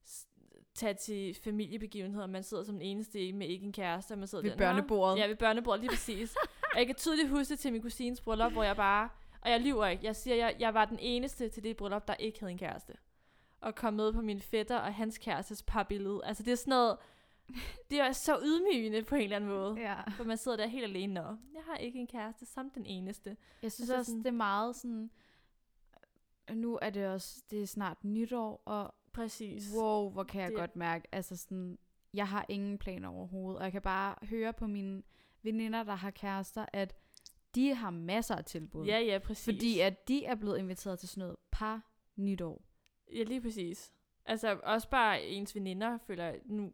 A: s- tage til familiebegivenheder, man sidder som den eneste med ikke en kæreste, og man sidder
B: Ved
A: der, "Nå."
B: børnebordet.
A: Ja, ved børnebordet, lige præcis. og jeg kan tydeligt huske det til min kusines bryllup, hvor jeg bare, og jeg lyver ikke, jeg siger, jeg, jeg var den eneste til det bryllup, der ikke havde en kæreste. Og kom med på min fætter og hans kærestes parbillede. Altså det er sådan noget, det er så ydmygende på en eller anden måde.
B: Ja.
A: For man sidder der helt alene, nå, jeg har ikke en kæreste som den eneste.
B: Jeg synes
A: Altså
B: også,
A: sådan-
B: det er meget sådan... øh, Nu er det også, det er snart nytår, og
A: Præcis.
B: wow, hvor kan jeg
A: Det-
B: godt mærke, altså sådan, jeg har ingen planer overhovedet, og jeg kan bare høre på mine veninder, der har kærester, at de har masser af tilbud.
A: Ja, ja, præcis.
B: fordi at de er blevet inviteret til sådan noget par nytår.
A: Ja, lige præcis. Altså også bare ens veninder føler, jeg- nu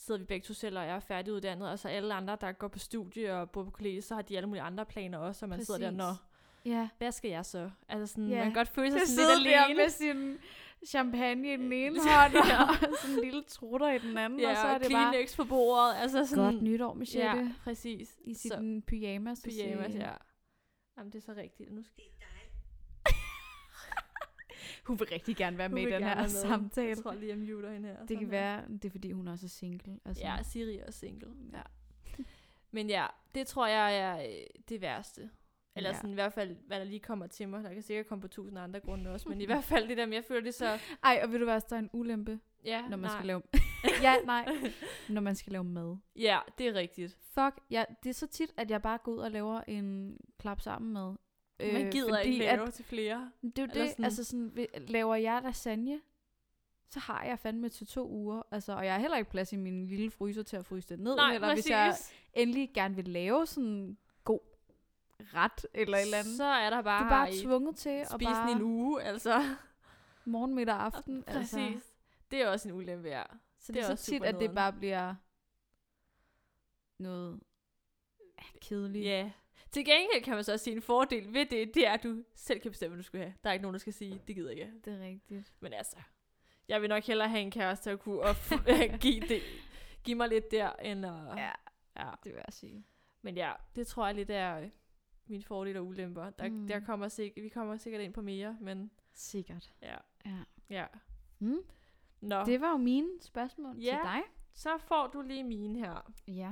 A: sidder vi begge to selv og er færdiguddannet, og så alle andre, der går på studie og bor på kollegiet, så har de alle mulige andre planer også, og man Præcis. sidder der, nå,
B: Ja.
A: hvad skal jeg så? Altså sådan,
B: Ja.
A: man kan godt føle sig
B: Så
A: sådan lidt
B: sidder der
A: alene.
B: med sin champagne i den ene hånd,
A: Ja.
B: og sådan en lille trutter i den anden,
A: Ja,
B: og så er det bare...
A: Kleenex på bordet, altså sådan.
B: Godt nytår, Michelle.
A: Ja,
B: Ja.
A: præcis.
B: I
A: så,
B: sin pyjamas. øh, og
A: pyjamas,
B: sin-
A: ja. Jamen, det er så rigtigt. Nu skal...
B: Hun vil rigtig gerne være
A: Hun
B: med i
A: vil
B: den
A: gerne
B: her
A: være med.
B: samtale.
A: Jeg tror lige, jeg muter hende her.
B: Det
A: Sådan
B: kan være, det er fordi, hun også er single. Altså.
A: Ja, Siri er single.
B: Ja.
A: Men ja, det tror jeg er øh, det værste. Eller
B: Ja.
A: ja. sådan i hvert fald, hvad der lige kommer til mig. Der kan sikkert komme på tusind andre grunde også, men i hvert fald det der med, jeg føler det så...
B: Ej, og vil du være, der er en ulempe,
A: Ja,
B: når man
A: nej.
B: skal lave... ja, nej. Når man skal lave mad.
A: Ja, det er rigtigt.
B: Fuck, ja, det er så tit, at jeg bare går ud og laver en klap sammen med. øh,
A: Man gider ikke lave til flere.
B: At, det er jo
A: Eller
B: det,
A: sådan-
B: altså sådan, vi- laver jeg lasagne, så har jeg fandme til to uger. Altså, og jeg har heller ikke plads i min lille fryser til at fryse det ned.
A: nej,
B: eller
A: præcis.
B: hvis jeg endelig gerne vil lave sådan en god ret eller et eller andet.
A: Så er der bare,
B: du er bare tvunget til at
A: spise
B: bare
A: den i en uge, altså.
B: morgen, middag og aften.
A: Præcis.
B: Altså.
A: Altså. Det er også en ulempe, ja.
B: Så det, det er,
A: også
B: så tit,
A: super
B: at det
A: nederen.
B: bare bliver noget ja, kedeligt.
A: Ja. Til gengæld kan man så også sige, en fordel ved det, det er, at du selv kan bestemme, hvad du skal have. Der er ikke nogen, der skal sige, det gider jeg ikke.
B: Det er rigtigt.
A: Men altså, jeg vil nok hellere have en kæreste, der kunne op- give, det, give mig lidt der, end at...
B: Ja.
A: ja.
B: Det vil jeg sige.
A: Men ja, det tror jeg lidt er øh, mine fordele og ulemper. Der,
B: Mm.
A: mm. der kommer sik- vi kommer sikkert ind på mere, men
B: Sikkert.
A: ja.
B: Ja.
A: ja.
B: Mm.
A: Nå, det...
B: Det var jo mine spørgsmål
A: Ja.
B: til dig.
A: så får du lige mine her.
B: Ja.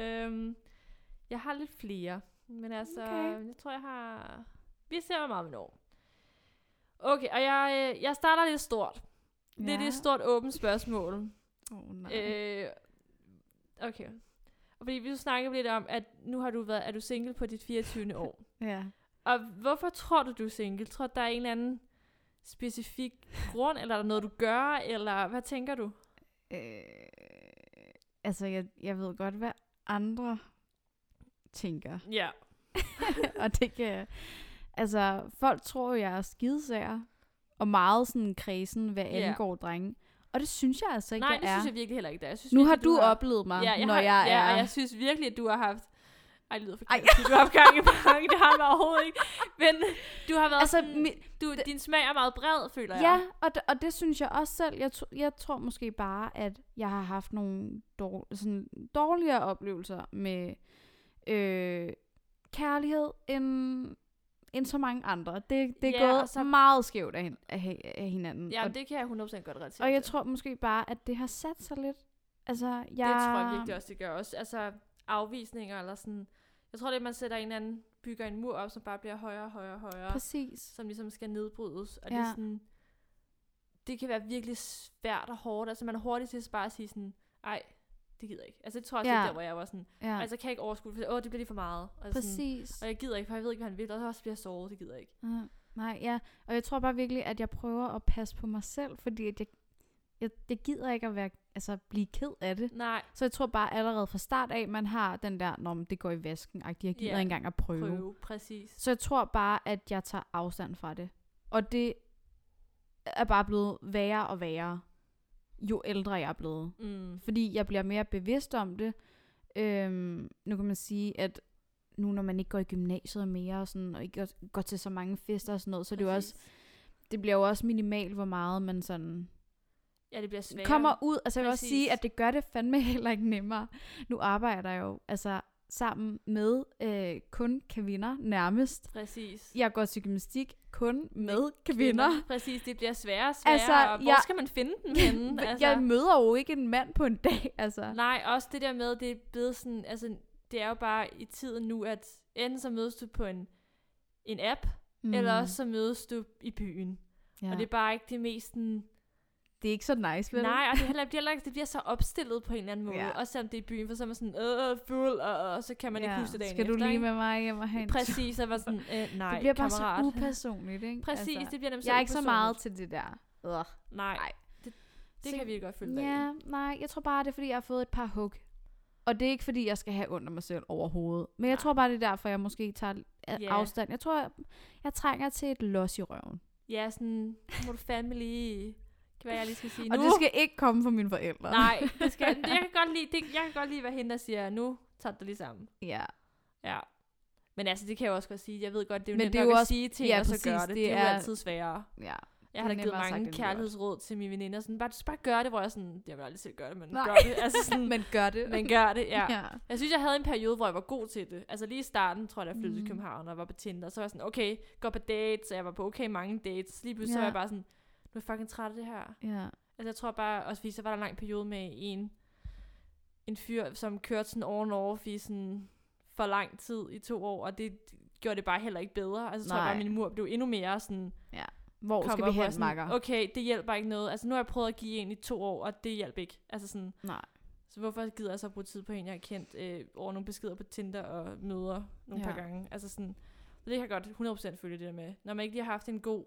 A: Øhm, jeg har lidt flere, men altså,
B: Okay.
A: okay. jeg tror, jeg har... Vi ser, hvor meget vi når. Okay, og jeg, øh, jeg starter lidt stort. Det er
B: ja.
A: et stort åbent spørgsmål.
B: Oh, nej.
A: Øh, okay. Og fordi vi snakker lidt om, at nu har du været, er du single på dit 24. år.
B: Ja.
A: Og hvorfor tror du, du er single? Tror du, der er en eller anden specifik grund, eller er der noget, du gør, eller hvad tænker du?
B: Øh, altså, jeg, jeg ved godt, hvad andre tænker.
A: Ja.
B: og det kan... Altså, folk tror jo, jeg er skidesager. Og meget sådan kredsen, hvad
A: Ja.
B: angår drenge. Og det synes jeg altså ikke,
A: Nej,
B: jeg
A: det
B: er.
A: synes jeg virkelig heller ikke, det er. Jeg synes
B: nu har
A: virkelig,
B: du, oplevet mig,
A: Ja, jeg
B: når
A: har,
B: jeg
A: ja,
B: er...
A: og jeg synes virkelig, at du har haft... Ej, det lyder
B: Ej.
A: forkert. Du har haft gang i banken, det har jeg overhovedet ikke. Men du har været
B: Altså,
A: altså, sådan,
B: mi-
A: du, din smag er meget bred, føler jeg.
B: Ja, og det, og det synes jeg også selv. Jeg, tr- jeg tror måske bare, at jeg har haft nogle dår, sådan dårligere oplevelser med øh, kærlighed end, end så mange andre. Det, det er
A: Ja,
B: gået
A: og så-
B: meget skævt af, hin- af, af hinanden.
A: Jamen,
B: og,
A: det kan jeg 100% godt relatere
B: og jeg
A: til.
B: tror måske bare, at det har sat sig lidt. Altså, jeg...
A: Det tror jeg virkelig også, det gør. Også, altså afvisninger eller sådan. Jeg tror, det er, at man sætter en eller anden, bygger en mur op, som bare bliver højere og højere og højere.
B: Præcis.
A: Som ligesom skal nedbrydes. Og ja. det
B: Ja.
A: er sådan, det kan være virkelig svært og hårdt. Altså man er hurtigt til bare at sige sådan, ej, det gider jeg ikke. Altså det tror jeg også
B: Ja.
A: ja. der, hvor jeg var sådan,
B: Ja,
A: ja. altså kan jeg ikke overskue det, for åh, det bliver lige for meget. Og, Sådan,
B: præcis.
A: og jeg gider ikke, for jeg ved ikke, hvad han vil, og så også bliver jeg såret, det gider jeg ikke.
B: Ja, Øh, nej, ja. Og jeg tror bare virkelig, at jeg prøver at passe på mig selv, fordi at jeg, jeg, jeg gider ikke at være, altså, blive ked af det.
A: Nej,
B: Så jeg tror bare allerede fra start af, man har den der, når det går i vasken -agtig. jeg gider
A: Ja,
B: ikke engang at prøve.
A: prøve,
B: prøve.
A: prøve præcis.
B: Så jeg tror bare, at jeg tager afstand fra det. Og det er bare blevet værre og værre, jo ældre jeg er blevet.
A: Mm.
B: Fordi jeg bliver mere bevidst om det. Øhm, nu kan man sige, at nu når man ikke går i gymnasiet mere, og, sådan, og ikke også går til så mange fester og sådan noget, så er det, jo også,
A: Præcis.
B: det bliver jo også minimal, hvor meget man sådan
A: ja, det bliver svært.
B: kommer ud. Altså jeg vil også
A: Præcis.
B: sige, at det gør det fandme heller ikke nemmere. Nu arbejder jeg jo altså sammen med øh, kun kvinder nærmest.
A: Præcis.
B: Jeg går til gymnastik kun med kvinder.
A: Præcis, det bliver sværere og sværere,
B: Altså,
A: altså, og hvor
B: jeg-
A: jeg... skal man finde den henne? altså,
B: Jeg møder jo ikke en mand på en dag, altså.
A: Nej, også det der med, det er blevet sådan, altså, det er jo bare i tiden nu, at enten så mødes du på en, en app, mm. eller også så mødes du i byen.
B: ja.
A: Ja. Og det er bare ikke det mest sådan,
B: det er ikke så nice, vel?
A: nej, og det, er heller, det, bliver heller, ikke- det bliver så opstillet på en eller anden måde,
B: Ja.
A: ja. også selvom det er i byen, for så er man sådan, øh, fuld, og, og så kan man ja. ikke huske det dagen
B: Skal
A: efter,
B: du lige
A: ikke?
B: med mig hjem og have en tur?
A: Præcis, og var sådan, øh, nej,
B: Det bliver bare
A: kammerat.
B: så upersonligt, ikke?
A: Præcis, altså, det bliver nemlig
B: jeg er ikke så meget til det der. Ugh.
A: Nej,
B: Nej.
A: det, det
B: Så-
A: kan vi godt følge dig i.
B: Ja, nej, jeg tror bare, det er, fordi jeg har fået et par hug. Og det er ikke, fordi jeg skal have under mig selv overhovedet. Men jeg
A: Nej.
B: tror bare, det er derfor, jeg måske tager a-
A: Ja.
B: afstand. Jeg tror, jeg, jeg trænger til et los i røven.
A: Ja, sådan, må du fandme lige... Kan hvad jeg lige skal sige
B: Og
A: nu.
B: det skal ikke komme fra mine forældre.
A: Nej, det skal, jeg, kan godt lide, det, jeg kan godt lide, hvad hende der siger, nu tager det lige sammen.
B: Ja,
A: Ja. Men altså, det kan jeg jo også godt sige. Jeg ved godt, det er jo
B: Men
A: nemt
B: det er
A: nok
B: jo
A: at
B: også-
A: sige ting,
B: ja,
A: og så
B: præcis,
A: gøre det.
B: det
A: Det, er jo
B: er-
A: altid sværere.
B: ja.
A: Jeg har da
B: Det er
A: givet
B: nemmere sagt
A: mange
B: end gjort.
A: kærlighedsråd til mine veninder. Sådan, bare, bare gør det, hvor jeg sådan, jeg vil aldrig selv gøre det, men
B: Nej.
A: gør det. Altså sådan, men,
B: Men gør det.
A: men gør det, ja.
B: ja.
A: Jeg synes, jeg havde en periode, hvor jeg var god til det. Altså lige i starten, tror jeg, da jeg flyttede til
B: Mm.
A: København og var på Tinder. Så var jeg sådan, okay, går på dates, og jeg var på okay mange dates. Lige pludselig ja. så
B: Ja.
A: var jeg bare sådan, nu er jeg fucking træt af det her.
B: Ja.
A: Altså jeg tror bare, også fordi så var der en lang periode med en, en fyr, som kørte sådan over and off i sådan for lang tid i to år, og det gjorde det bare heller ikke bedre. Altså så tror jeg
B: Nej.
A: bare, min mur blev endnu mere sådan,
B: Hvor
A: kom
B: skal
A: op,
B: vi
A: hvor jeg
B: hen,
A: sådan,
B: makker?
A: Okay, det hjælper ikke noget. Altså nu har jeg prøvet at give en i to år, og det hjalp ikke. Altså sådan,
B: Nej.
A: så hvorfor gider jeg så bruge tid på en, jeg har kendt øh, over nogle beskeder på Tinder og møder nogle ja.
B: Ja.
A: par gange? Altså sådan, så det kan jeg godt 100% følge det der med. Når man ikke lige har haft en god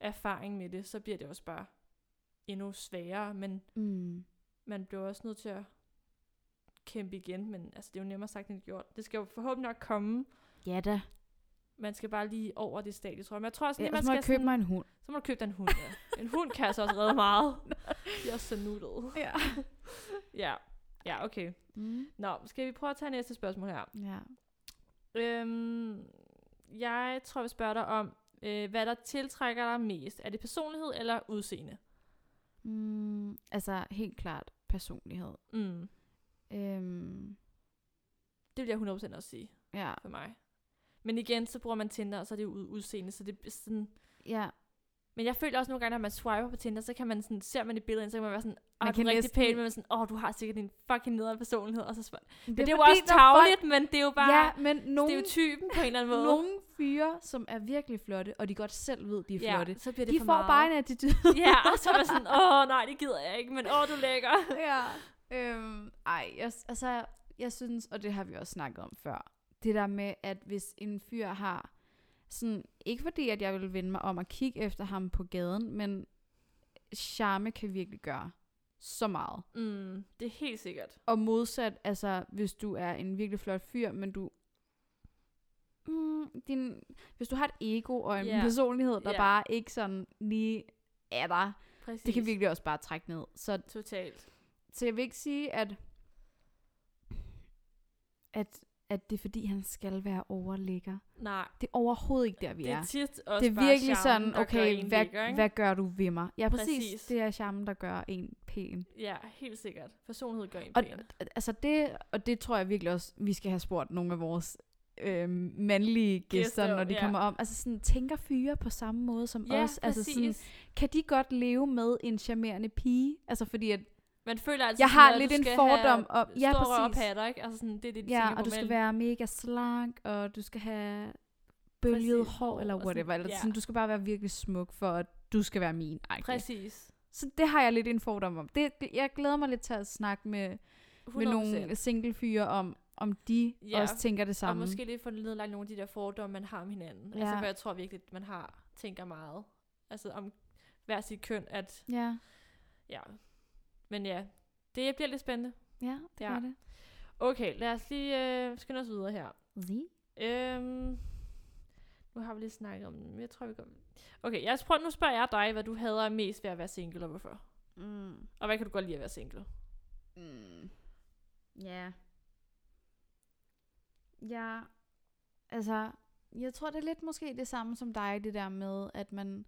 A: erfaring med det, så bliver det også bare endnu sværere, men
B: Mm.
A: man bliver også nødt til at kæmpe igen, men altså, det er jo nemmere sagt end gjort. Det skal jo forhåbentlig nok komme.
B: Ja da.
A: Man skal bare lige over det stadie, tror jeg. Men jeg tror også, lige,
B: Ellers
A: man
B: må
A: skal
B: jeg købe
A: sådan,
B: mig en hund.
A: så må du købe dig en hund, ja. En hund kan altså også redde meget. De er også så nuttede.
B: Ja.
A: Ja. ja, okay.
B: Mm.
A: Nå, skal vi prøve at tage næste spørgsmål her?
B: Ja.
A: Øhm, jeg tror, vi spørger dig om, øh, hvad der tiltrækker dig mest. Er det personlighed eller udseende?
B: Mm. Altså, helt klart personlighed.
A: Mm.
B: Øhm.
A: Det vil jeg 100% også sige
B: Ja.
A: for mig. Men igen, så bruger man Tinder, og så er det jo ud- udseende, så det er sådan...
B: Ja.
A: Men jeg føler også nogle gange, når man swiper på Tinder, så kan man sådan, ser man et billede, så kan man være sådan, åh,
B: Man
A: du er
B: kan
A: rigtig
B: næsten-
A: pæn, men man er sådan, åh, du har sikkert en fucking nederen personlighed, og så swiper
B: Det
A: Men det er jo også tavligt, men det er jo bare ja,
B: Ja, men
A: nogen,
B: nogle,
A: stereotypen på en eller anden måde.
B: nogle fyre, som er virkelig flotte, og de godt selv ved, de er flotte,
A: Ja, så bliver det
B: de
A: for
B: får
A: meget.
B: bare en attitude.
A: Ja, og så er man sådan, åh nej, det gider jeg ikke, men åh, du er lækker.
B: ja. Øhm, ej, jeg, altså, jeg synes, og det har vi også snakket om før, det der med, at hvis en fyr har, sådan, ikke fordi, at jeg vil vende mig om at kigge efter ham på gaden, men charme kan virkelig gøre så meget.
A: Mm, det er helt sikkert.
B: Og modsat, altså, hvis du er en virkelig flot fyr, men du mm, din, hvis du har et ego og en
A: Ja.
B: yeah. personlighed, der
A: Ja.
B: yeah. bare ikke sådan lige er der,
A: Præcis.
B: det kan virkelig også bare trække ned. Så
A: Totalt.
B: så jeg vil ikke sige, at, at, at det er fordi, han skal være overligger.
A: Nej,
B: Det er overhovedet ikke der, vi
A: det
B: er.
A: er tit også
B: det er
A: bare
B: virkelig
A: charmen,
B: sådan,
A: der gør
B: okay,
A: en
B: hvad,
A: lækker, ikke?
B: hvad gør du ved mig? Ja, præcis.
A: Præcis.
B: præcis. Det er charmen, der gør en pæn.
A: Ja, helt sikkert. Personlighed gør en
B: Og,
A: pæn.
B: altså det, og det tror jeg virkelig også, vi skal have spurgt nogle af vores øh, mandlige gæster,
A: Gæster,
B: når de
A: ja.
B: kommer om. Altså sådan, tænker fyre på samme måde som
A: Ja,
B: os? Altså sådan,
A: præcis.
B: kan de godt leve med en charmerende pige? Altså fordi, at
A: Man føler altså,
B: jeg
A: sådan,
B: har
A: at
B: lidt
A: du
B: en
A: skal
B: fordom
A: have
B: om... Ja,
A: store
B: præcis.
A: rørpatter, ikke? Altså sådan, det er det, de
B: Ja,
A: tænker
B: og
A: på
B: du skal
A: mænd.
B: være mega slank, og du skal have bølget
A: Præcis, hår
B: hår, eller
A: og sådan,
B: whatever. Eller
A: ja.
B: sådan, du skal bare være virkelig smuk, for at du skal være min. Præcis.
A: Præcis.
B: Så det har jeg lidt en fordom om. Det, det, jeg glæder mig lidt til at snakke med,
A: 100%.
B: med nogle single fyre om, om de
A: Ja,
B: ja. også tænker det
A: Og
B: samme.
A: måske lige få nedlagt nogle af de der fordomme, man har om hinanden. Ja.
B: Ja.
A: Altså, hvad jeg tror virkelig, man har, tænker meget. Altså, om hver sit køn, at,
B: Ja,
A: ja. Men ja, det bliver lidt spændende.
B: ja, det
A: Ja.
B: ja. er det.
A: Okay, lad os lige øh, skynde os videre her.
B: Lige.
A: Øhm, nu har vi lige snakket om det, men jeg tror, vi går... Okay, jeg prøver, nu spørger jeg dig, hvad du hader mest ved at være single, og hvorfor.
B: Mm.
A: Og hvad kan du godt lide at være single?
B: Mm. Ja. Ja, altså, jeg tror, det er lidt måske det samme som dig, det der med, at man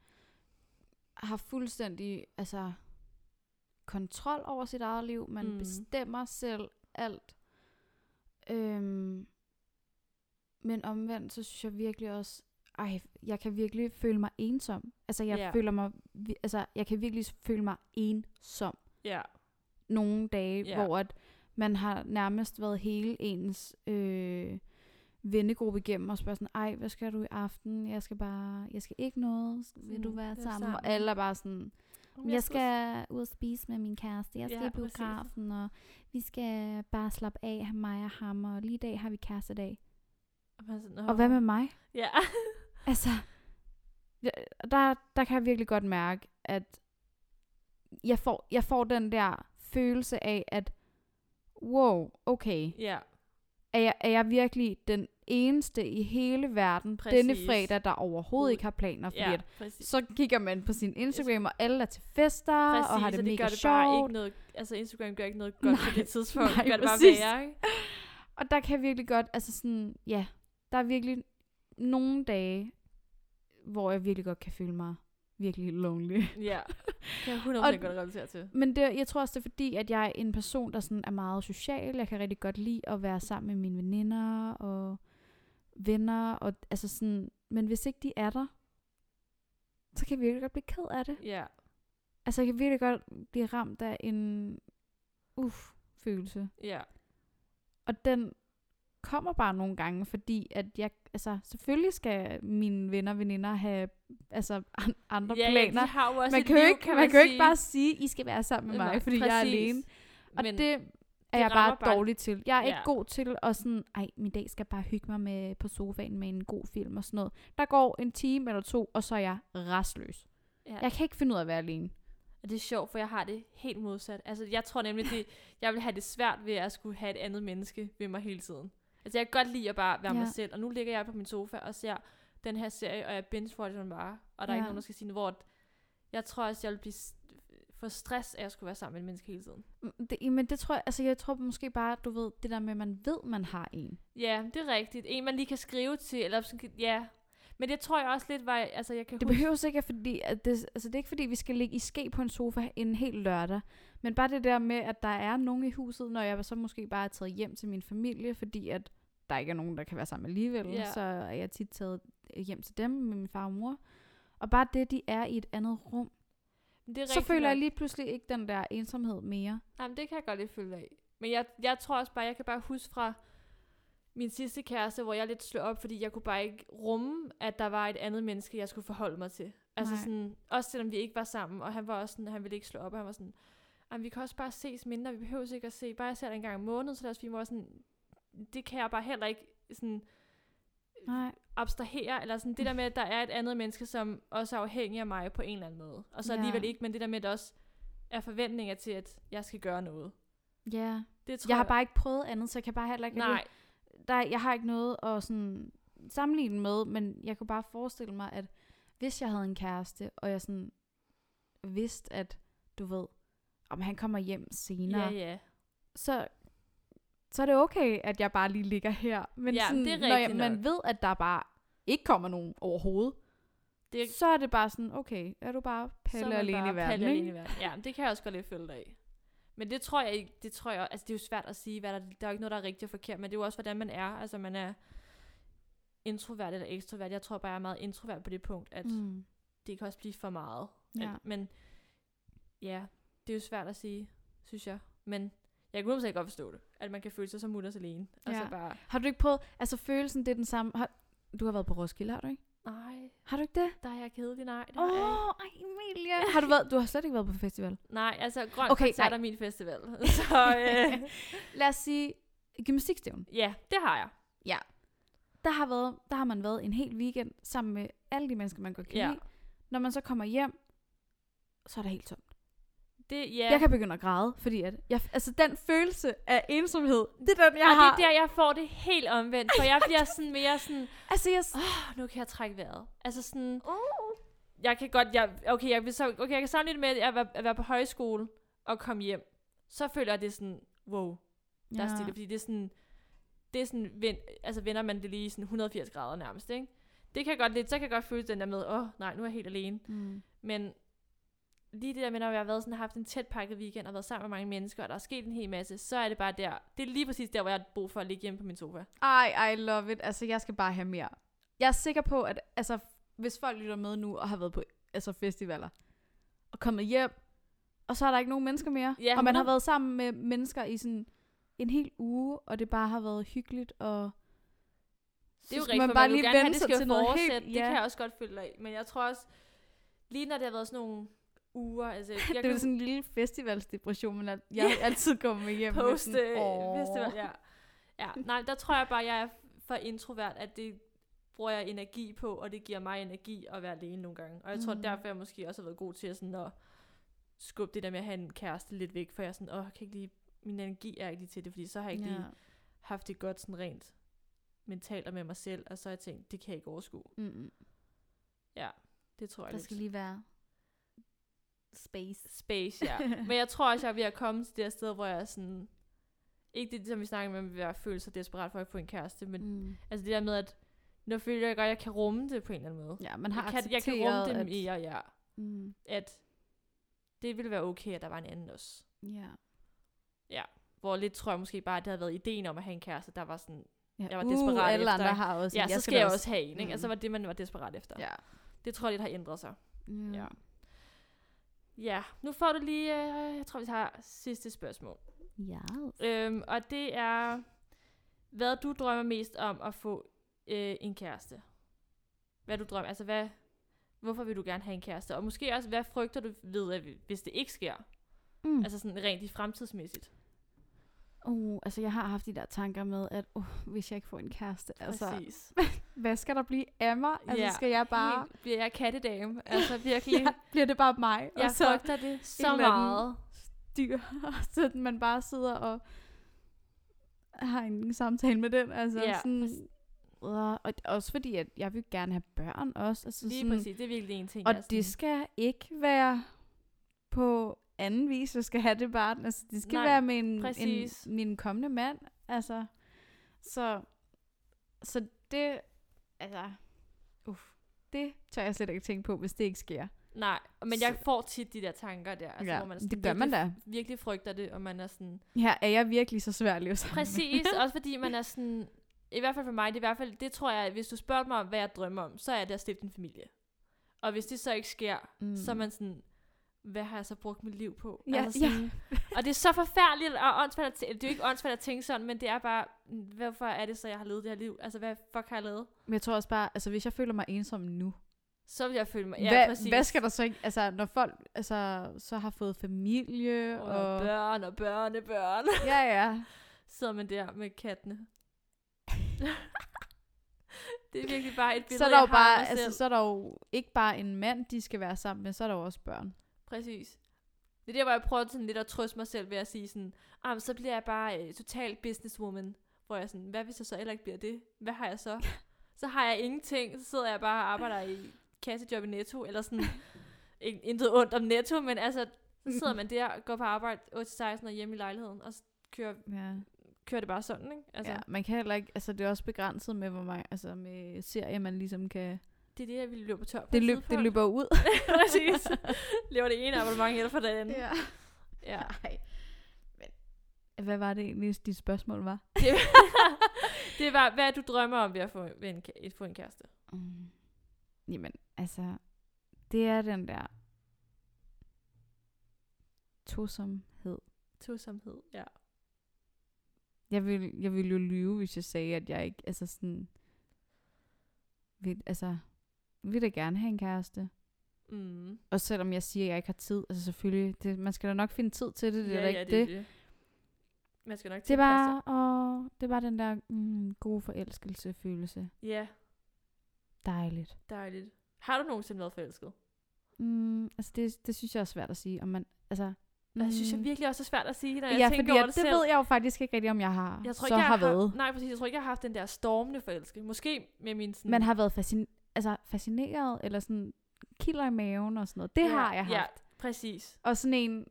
B: har fuldstændig, altså, kontrol over sit eget liv. Man
A: Mm.
B: mm. bestemmer selv alt. Øhm, men omvendt, så synes jeg virkelig også, ej, jeg kan virkelig føle mig ensom. Altså, jeg
A: Ja.
B: yeah. føler mig, vi- altså, jeg kan virkelig føle mig ensom
A: Ja,
B: nogle dage,
A: Ja.
B: yeah. hvor at man har nærmest været hele ens øh, vennegruppe igennem og spørger sådan, ej, hvad skal du i aften? Jeg skal bare, jeg skal ikke noget. Vil du
A: Mm, Sådan,
B: være
A: være
B: sammen? sammen? Og
A: sammen.
B: alle er bare sådan,
A: Om
B: jeg skal ud og spise med min kæreste, jeg skal
A: Ja,
B: i
A: præcis.
B: biografen, og vi skal bare slappe af, have mig og ham, og lige i dag har vi kærestedag.
A: Og, man er sådan,
B: Oh.
A: "Åh."
B: Og hvad med mig?
A: Ja,
B: Altså, ja, der, der kan jeg virkelig godt mærke, at jeg får, jeg får den der følelse af, at wow, okay,
A: ja,
B: er jeg, er jeg virkelig den eneste i hele verden Præcis. denne
A: Præcis.
B: fredag, der overhovedet ikke har planer. Fordi ja. at,
A: præcis.
B: så kigger man på sin Instagram, og alle er til fester,
A: Præcis,
B: og har det
A: og
B: mega
A: det gør det
B: sjovt.
A: bare ikke noget, altså Instagram gør ikke noget godt nej, på det tidspunkt,
B: nej,
A: det gør det bare
B: præcis.
A: værre, ikke?
B: Og der kan jeg virkelig godt, altså sådan, ja, der er virkelig nogle dage, hvor jeg virkelig godt kan føle mig virkelig lonely.
A: Ja, kan jeg 100%
B: Og-
A: godt relatere til.
B: Men det, jeg tror også, det er fordi, at jeg er en person, der sådan er meget social. Jeg kan rigtig godt lide at være sammen med mine veninder og venner. Og, altså sådan, men hvis ikke de er der, så kan jeg virkelig godt blive ked af det.
A: Ja,
B: Altså jeg kan virkelig godt blive ramt af en uff følelse.
A: ja,
B: Og den kommer bare nogle gange, fordi at jeg, altså selvfølgelig skal mine venner og veninder have altså an- andre
A: ja, ja,
B: planer.
A: de har jo også
B: man
A: et
B: kan, jo
A: liv,
B: ikke,
A: kan
B: man, kan jo
A: sige.
B: ikke bare sige, I skal være sammen med mig, fordi jeg er
A: Præcis.
B: alene. Og
A: Men
B: Men det er
A: det
B: jeg
A: rammer
B: bare
A: bare-
B: dårlig til. Jeg er ikke
A: Ja.
B: god til at sådan, ej, min dag skal jeg bare hygge mig med på sofaen med en god film og sådan noget. Der går en time eller to, og så er jeg restløs.
A: ja.
B: Jeg kan ikke finde ud af at være alene.
A: Og det er sjovt, for jeg har det helt modsat. Altså, jeg tror nemlig, det, jeg vil have det svært ved at skulle have et andet menneske ved mig hele tiden. Altså, jeg kan godt lide at bare være ja. mig
B: Ja.
A: selv. Og nu ligger jeg på min sofa og ser den her serie, og jeg binge watcher den bare. Og der ja. er
B: Ja.
A: ikke nogen, der skal sige noget, hvor at- jeg tror også, jeg vil blive s- for stress af at skulle være sammen med et menneske hele tiden.
B: Mm, Det, men det tror jeg, altså jeg tror måske bare, du ved, det der med, at man ved, man har en.
A: Ja, det er rigtigt. En, man lige kan skrive til, eller sådan, kan- ja. Men det tror jeg også lidt var, altså jeg kan
B: Det
A: huske,
B: behøver ikke at fordi, at det, altså det er ikke fordi, vi skal ligge i ske på en sofa en hel lørdag. Men bare det der med, at der er nogen i huset, når jeg så måske bare er taget hjem til min familie, fordi at der ikke er nogen, der kan være sammen alligevel.
A: Ja.
B: Så er jeg tit taget øh, hjem til dem med min far og mor. Og bare det, de er i et andet rum.
A: det er
B: Så
A: rigtigt
B: føler
A: nok.
B: jeg lige pludselig ikke den der ensomhed mere.
A: Jamen, det kan jeg godt lidt følge af. Men jeg, jeg tror også bare, jeg kan bare huske fra min sidste kæreste, hvor jeg lidt slog op, fordi jeg kunne bare ikke rumme, at der var et andet menneske, jeg skulle forholde mig til. Altså
B: Nej.
A: sådan, også selvom vi ikke var sammen, og han var også sådan, han ville ikke slå op, og han var sådan, jamen vi kan også bare ses mindre, vi behøver ikke at se, bare jeg ser dig en gang om måneden, så lad os filme, og sådan, det kan jeg bare heller ikke sådan Øh,
B: Nej.
A: abstrahere, eller sådan det der med, at der er et andet menneske, som også er afhængig af mig på en eller anden måde. Og så
B: Ja.
A: alligevel ikke, men det der med, at der også er forventninger til, at jeg skal gøre noget.
B: Ja. Yeah.
A: Det tror
B: Jeg har bare ikke prøvet andet, så jeg kan bare heller ikke...
A: Nej,
B: der, jeg har ikke noget at sådan sammenligne med, men jeg kunne bare forestille mig, at hvis jeg havde en kæreste, og jeg sådan vidste, at du ved, om han kommer hjem senere,
A: ja,
B: ja, ja.
A: ja.
B: så så er det okay, at jeg bare lige ligger her. Men
A: Ja,
B: sådan,
A: det er
B: når jeg,
A: rigtigt
B: man
A: nok.
B: ved, at der bare ikke kommer nogen overhovedet,
A: Det er-
B: så er det bare sådan, okay, er du bare
A: Så er
B: palle
A: man
B: alene
A: bare
B: i verden,
A: palle
B: ikke?
A: alene i verden. Ja, men det kan jeg også godt lidt følge dig af. Men det tror jeg ikke, det tror jeg, altså det er jo svært at sige, hvad der, der er jo ikke noget, der er rigtigt og forkert, men det er jo også, hvordan man er, altså man er introvert eller ekstrovert. Jeg tror bare, jeg er meget introvert på det punkt, at mm.
B: Mm.
A: det kan også blive for meget.
B: Ja.
A: At, men ja, det er jo svært at sige, synes jeg. Men jeg kunne måske godt forstå det, at man kan føle sig som mutters alene. Og så
B: Ja.
A: bare,
B: Har du ikke prøvet, altså følelsen, det er den samme, har, du har været på Roskilde, har du ikke?
A: nej,
B: Har du ikke det?
A: der er jeg kedelig, nej. Der
B: Åh,
A: er jeg ikke.
B: oh, Emilie. Har du, været, du har slet ikke været på festival.
A: Nej, altså grøn
B: Okay,
A: okay, koncert
B: nej.
A: er min festival. Så øh,
B: Lad os sige, gymnastikstævn.
A: ja, det har jeg.
B: Der har, været, der har man været en hel weekend sammen med alle de mennesker, man godt kan
A: Ja.
B: lide. Når man så kommer hjem, så er der helt tomt.
A: Det, ja.
B: Ja. Jeg kan begynde at græde, fordi at jeg, altså den følelse af ensomhed, det er den, jeg
A: og
B: har.
A: det er der, jeg får det helt omvendt, for jeg bliver sådan mere sådan,
B: Altså, jeg, s-
A: oh, nu kan jeg trække vejret. Altså sådan,
B: Uh.
A: jeg kan godt, jeg, okay, jeg, vil så, okay, jeg kan sammenligne det med at være, at være på højskole og komme hjem. Så føler jeg det er sådan, wow, der er stille, fordi det er sådan, det er sådan, vend, altså vender man det lige i sådan 180 grader nærmest, ikke? Det kan jeg godt lidt, så kan jeg godt føle den der med, åh, oh, nej, nu er jeg helt alene.
B: Mm.
A: Men lige det der med, når jeg har været sådan, haft en tæt pakket weekend og været sammen med mange mennesker, og der er sket en hel masse, så er det bare der. Det er lige præcis der, hvor jeg har brug for at ligge hjemme på min sofa.
B: Ej, I love it. Altså, jeg skal bare have mere. Jeg er sikker på, at altså, hvis folk lytter med nu og har været på altså, festivaler og kommet hjem, og så er der ikke nogen mennesker mere,
A: Ja,
B: og man har
A: 100.
B: været sammen med mennesker i sådan en hel uge, og det bare har været hyggeligt, og
A: Det er jo
B: skal
A: rigtigt,
B: man
A: for
B: bare
A: man vil
B: lige
A: gerne have,
B: vende
A: det
B: sig
A: skal
B: til
A: til
B: noget
A: noget
B: helt-
A: helt, Det
B: ja.
A: kan jeg også godt følge dig i. Men jeg tror også, lige når det har været sådan nogle uger, altså jeg
B: det er
A: kan
B: jo sådan en lille festivalsdepression, men at jeg altid kommer hjem med
A: poste,
B: sådan, "Åh."
A: hvis det var, øh, ja. ja. Nej, der tror jeg bare, jeg er for introvert, at det bruger jeg energi på, og det giver mig energi at være alene nogle gange. Og jeg tror,
B: Mm.
A: derfor jeg måske også har været god til at, sådan at skubbe det der med at have en kæreste lidt væk, for jeg er sådan, åh, jeg kan ikke lige, min energi er ikke lige til det, fordi så har jeg ikke ja. lige haft det godt sådan rent mentalt og med mig selv, og så har jeg tænkt, det kan jeg ikke overskue.
B: Mm-mm.
A: Det tror jeg
B: Mm, Der
A: lidt.
B: skal lige være space.
A: Space, ja. Men jeg tror også, jeg er ved at komme til det her sted, hvor jeg er sådan... Ikke det, som vi snakker om, at jeg føler sig desperat for at få en kæreste, men mm.
B: mm.
A: altså det der med, at nu føler jeg godt, at jeg kan rumme det på en eller anden måde.
B: Ja, man har
A: jeg, kan, jeg kan
B: accepteret,
A: rumme det
B: at-
A: mere, ja.
B: Mm.
A: At det ville være okay, at der var en anden også.
B: Ja.
A: Hvor lidt tror jeg måske bare, at det havde været ideen om at have en kæreste, der var sådan,
B: ja.
A: Jeg var desperat
B: alle
A: efter,
B: andre
A: ikke?
B: har også.
A: ja,
B: en,
A: så skal,
B: da
A: jeg også have en, ikke?
B: Mm.
A: Mm. Altså var det, man var desperat efter.
B: Ja.
A: Det tror jeg lidt har ændret sig.
B: Mm.
A: Ja. Ja, nu får du lige, øh, jeg tror, vi har sidste spørgsmål.
B: ja.
A: Øhm, og det er, hvad du drømmer mest om at få øh, en kæreste. Hvad du drømmer, altså hvad, hvorfor vil du gerne have en kæreste? Og måske også, hvad frygter du ved, at hvis det ikke sker?
B: Mm.
A: Altså sådan rent i fremtidsmæssigt.
B: Uh, altså jeg har haft de der tanker med, at uh, hvis jeg ikke får en kæreste, altså,
A: Præcis.
B: hvad skal der blive af mig? Altså
A: Ja,
B: skal jeg bare,
A: Helt, bliver jeg kattedame? Altså virkelig,
B: ja, bliver det bare mig?
A: jeg
B: og så
A: frygter det så
B: eller anden-
A: meget.
B: dyr, og så man bare sidder og har en samtale med den. Altså
A: Ja,
B: sådan, og, og også fordi, at jeg vil gerne have børn også. Altså
A: Lige
B: sådan,
A: præcis, det er virkelig en ting.
B: Og
A: jeg er
B: det
A: sådan-
B: skal ikke være på anden vis, jeg skal have det barn. Altså, det skal Nej,
A: Nej,
B: være med en, en,
A: præcis.
B: min kommende mand. Altså, så, så det, altså, uff, det tør jeg slet ikke tænke på, hvis det ikke sker.
A: Nej, men jeg
B: Så-
A: får tit de der tanker der. Altså,
B: Ja,
A: hvor man er
B: det
A: sådan,
B: gør man
A: virkelig, Virkelig frygter det, og man er sådan,
B: Her er jeg virkelig så svær at leve sammen. med?
A: Præcis, også fordi man er sådan, i hvert fald for mig, det er i hvert fald, det tror jeg, hvis du spørger mig om, hvad jeg drømmer om, så er det at stifte en familie. Og hvis det så ikke sker, mm. så er man sådan, hvad har jeg så brugt mit liv på? Altså
B: Ja,
A: sådan, Og det er så forfærdeligt, og åndssvagt at tæ- det er jo ikke åndssvagt at tænke sådan, men det er bare, hvorfor er det så, jeg har levet det her liv? Altså, hvad fuck har jeg lavet?
B: Men jeg tror også bare, altså hvis jeg føler mig ensom nu,
A: Så vil jeg føle mig, ja,
B: hvad,
A: præcis.
B: hvad skal der så ikke, altså når folk altså, så har fået familie,
A: og
B: og,
A: børn og børn og børn.
B: ja ja,
A: Sidder man der med kattene. det er virkelig bare et billede,
B: så er, der jo
A: jeg har af
B: bare,
A: mig selv.
B: altså, så er der jo ikke bare en mand, de skal være sammen med, så er der jo også børn.
A: Præcis. Det er der, hvor jeg prøver sådan lidt at trøste mig selv ved at sige sådan, ah, men så bliver jeg bare øh, total businesswoman. Hvor jeg er sådan, hvad hvis jeg så heller ikke bliver det? Hvad har jeg så? så har jeg ingenting, så sidder jeg bare og arbejder i kassejob i Netto, eller sådan, ikke, intet ondt om Netto, men altså, så sidder man der, går på arbejde 8-16 og hjemme i lejligheden, og så kører,
B: Ja.
A: kører det bare sådan, ikke? Altså,
B: Altså.
A: ja.
B: ja, man kan heller ikke, altså det er også begrænset med, hvor mange, altså med serier, man ligesom kan,
A: det er det, jeg ville løbe på tør på
B: det,
A: et
B: løb, det
A: tidspunkt.
B: løber ud.
A: Præcis. Lever det ene abonnement eller for det andet. Ja. ja.
B: Nej. Men, hvad var det egentlig, dit spørgsmål var?
A: Det, det var, hvad du drømmer om ved at få, ved en, kæ- få en kæreste.
B: Mm. Jamen, altså, det er den der tosomhed.
A: Tosomhed, ja.
B: Jeg vil, jeg vil jo lyve, hvis jeg sagde, at jeg ikke, altså sådan, vil, altså, vil da gerne have en kæreste.
A: Mm.
B: Og selvom jeg siger, at jeg ikke har tid, altså selvfølgelig, det, man skal da nok finde tid til det, det er da ikke det.
A: det. Altså- Man skal nok
B: Det
A: tilpasse
B: var, åh, det var den der mm, gode forelskelse følelse.
A: sig. Ja,
B: Dejligt.
A: dejligt. Har du nogensinde været forelsket?
B: Mm, altså det, det synes jeg er svært at sige, om man, altså...
A: Mm. Jeg synes jeg
B: mm,
A: virkelig også er svært at sige, når
B: ja,
A: jeg tænker
B: fordi
A: over
B: at
A: det
B: det
A: selv.
B: ved jeg jo faktisk ikke rigtig, om jeg har
A: jeg tror
B: så
A: ikke, jeg
B: har været.
A: Nej, præcis. Jeg tror ikke, jeg har haft den der stormende forelskelse. Måske med min sådan...
B: Man har været fascin- altså, fascineret, eller sådan kilder i maven og sådan noget. Det ja, har jeg haft.
A: Ja,
B: Ja.
A: præcis.
B: Og sådan en...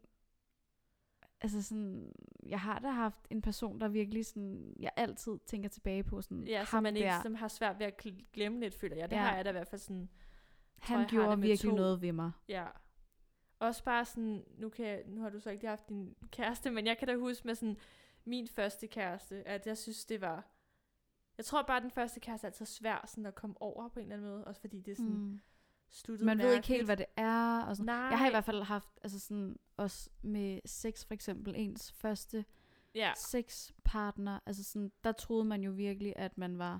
B: Altså sådan, jeg har da haft en person, der virkelig sådan, jeg altid tænker tilbage på sådan,
A: Ja, som
B: ham
A: man ikke
B: der,
A: som har svært ved at gl- glemme lidt, føler jeg. Det
B: Ja.
A: ja. har jeg da i hvert fald sådan... tror,
B: han
A: jeg har det
B: gjorde
A: med
B: virkelig
A: to.
B: noget ved mig.
A: Ja. Også bare sådan, nu, kan jeg, nu har du så ikke lige haft din kæreste, men jeg kan da huske med sådan min første kæreste, at jeg synes, det var... Jeg tror bare, at den første kæreste er altid svær sådan at komme over på en eller anden måde, også fordi det er sådan mm.
B: Mm.
A: sluttet
B: Man ved ikke helt, hvad det er, og sådan.
A: Nej.
B: Jeg har i hvert fald haft, altså sådan, også med sex for eksempel, ens første
A: Ja,
B: ja. sexpartner, altså sådan, der troede man jo virkelig, at man var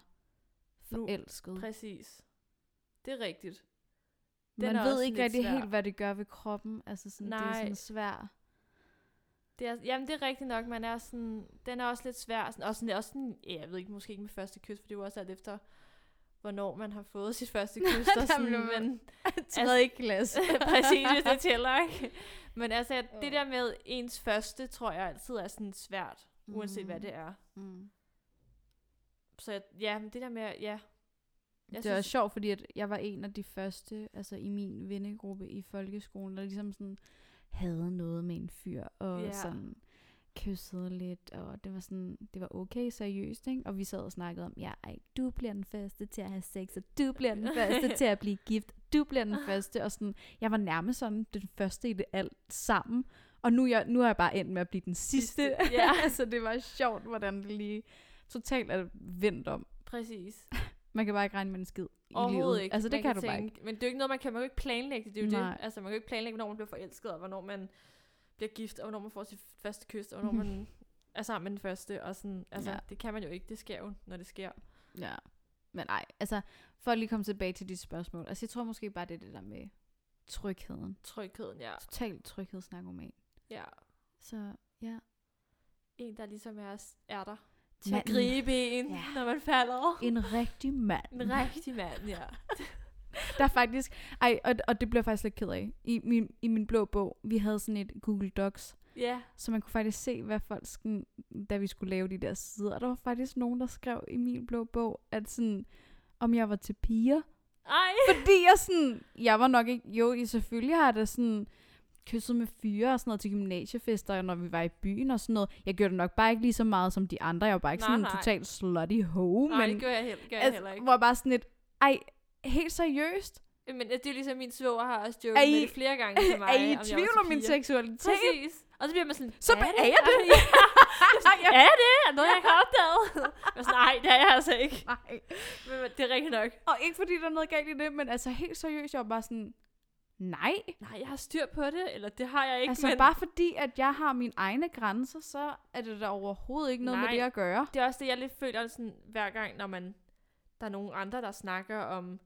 A: Nu,
B: forelsket.
A: præcis. Det er rigtigt. den
B: man
A: er
B: ved
A: også
B: ikke
A: lidt
B: rigtig
A: svær.
B: helt, hvad det gør ved kroppen, altså sådan, det er
A: Nej.
B: sådan svært.
A: Det er, jamen, det er rigtigt nok. Man er sådan, den er også lidt svær. Sådan, og sådan, også sådan, ja, jeg ved ikke, måske ikke med første kys, for det er jo også alt efter, hvornår man har fået sit første kys.
B: Der
A: og
B: blev
A: sådan,
B: man-
A: men,
B: Tredje altså, klasse.
A: Præcis, hvis det tæller, ikke? Men altså, at
B: Jo.
A: det der med ens
B: Mm.
A: første, tror jeg altid er sådan svært, uanset hvad
B: Mhm.
A: det er.
B: Mm.
A: Så jeg- ja, men det der med, at- ja.
B: Jeg det
A: Jeg
B: synes... er
A: synes-
B: også sjovt, fordi at jeg var en af de første, altså i min vennegruppe i folkeskolen, der ligesom sådan havde noget med en fyr, og
A: Ja.
B: yeah. sådan kyssede lidt, og det var sådan, det var okay seriøst, ikke? Og vi sad og snakkede om, ja, ej, du bliver den første til at have sex, og du bliver den første til at blive gift, du bliver den første, og sådan, jeg var nærmest sådan den første i det alt sammen, og nu er jeg, nu er jeg bare endt med at blive den sidste.
A: Sidste, ja.
B: altså, det var sjovt, hvordan det lige totalt er vendt om.
A: Præcis.
B: Man kan bare ikke regne med en skid i
A: Overhovedet
B: livet.
A: ikke.
B: Altså, det
A: Man
B: kan, du bare ikke.
A: tænke- Men det er jo ikke noget, man kan, man kan jo ikke planlægge det. Det er jo
B: Nej.
A: det. Altså, man kan jo ikke planlægge, hvornår man bliver forelsket, og hvornår man bliver gift, og hvornår man får sit første kys, og hvornår man er sammen med den første. Og sådan, altså,
B: Ja.
A: ja. det kan man jo ikke. Det sker jo, når det sker.
B: Ja. Men nej, altså, for at lige komme tilbage til dit spørgsmål. Altså, jeg tror måske bare, det er det der med trygheden.
A: Trygheden, ja.
B: Total tryghedsnarkoman.
A: ja.
B: Så ja.
A: En, der ligesom er, er der til at gribe en,
B: Ja.
A: ja. når man falder.
B: En rigtig mand.
A: En rigtig mand, ja.
B: Der er faktisk... Ej, og, og det blev jeg faktisk lidt ked af. I min, I min blå bog, vi havde sådan et Google Docs,
A: Ja,
B: så man kunne faktisk se, hvad folk sådan, da vi skulle lave de der sider. Og der var faktisk nogen, der skrev i min blå bog, at sådan, om jeg var til piger.
A: Ej.
B: Fordi jeg sådan, jeg var nok ikke, jo, I selvfølgelig har jeg da sådan kysset med fyre og sådan noget til gymnasiefester, når vi var i byen og sådan noget. Jeg gjorde det nok bare ikke lige så meget som de andre. Jeg var bare ikke
A: Nej,
B: sådan en
A: nej.
B: total slutty hoe,
A: Nej, det
B: men
A: gør jeg, heller, gør jeg heller
B: altså,
A: ikke.
B: var bare sådan et, ej, helt seriøst?
A: Men det er ligesom min svoger har også joket
B: Er I-
A: med det flere gange til mig.
B: er I i
A: var
B: tvivl
A: til
B: om min
A: piger.
B: seksualitet?
A: Præcis. Og så bliver man sådan,
B: Så er jeg det.
A: Ja, ja. er det? Er noget, jeg ikke har opdaget? Jeg er sådan, nej, det er jeg altså ikke.
B: Nej.
A: Men det er rigtigt nok.
B: Og ikke fordi der er noget galt i det, men altså helt seriøst, jeg var bare sådan, nej.
A: Nej, jeg har styr på det, eller det har jeg ikke.
B: altså
A: men
B: bare fordi, at jeg har mine egne grænser, så er det da overhovedet ikke noget nej.
A: Nej.
B: med det at gøre.
A: Det er også det, jeg lidt føler, sådan, hver gang, når man, der er nogen andre, der snakker om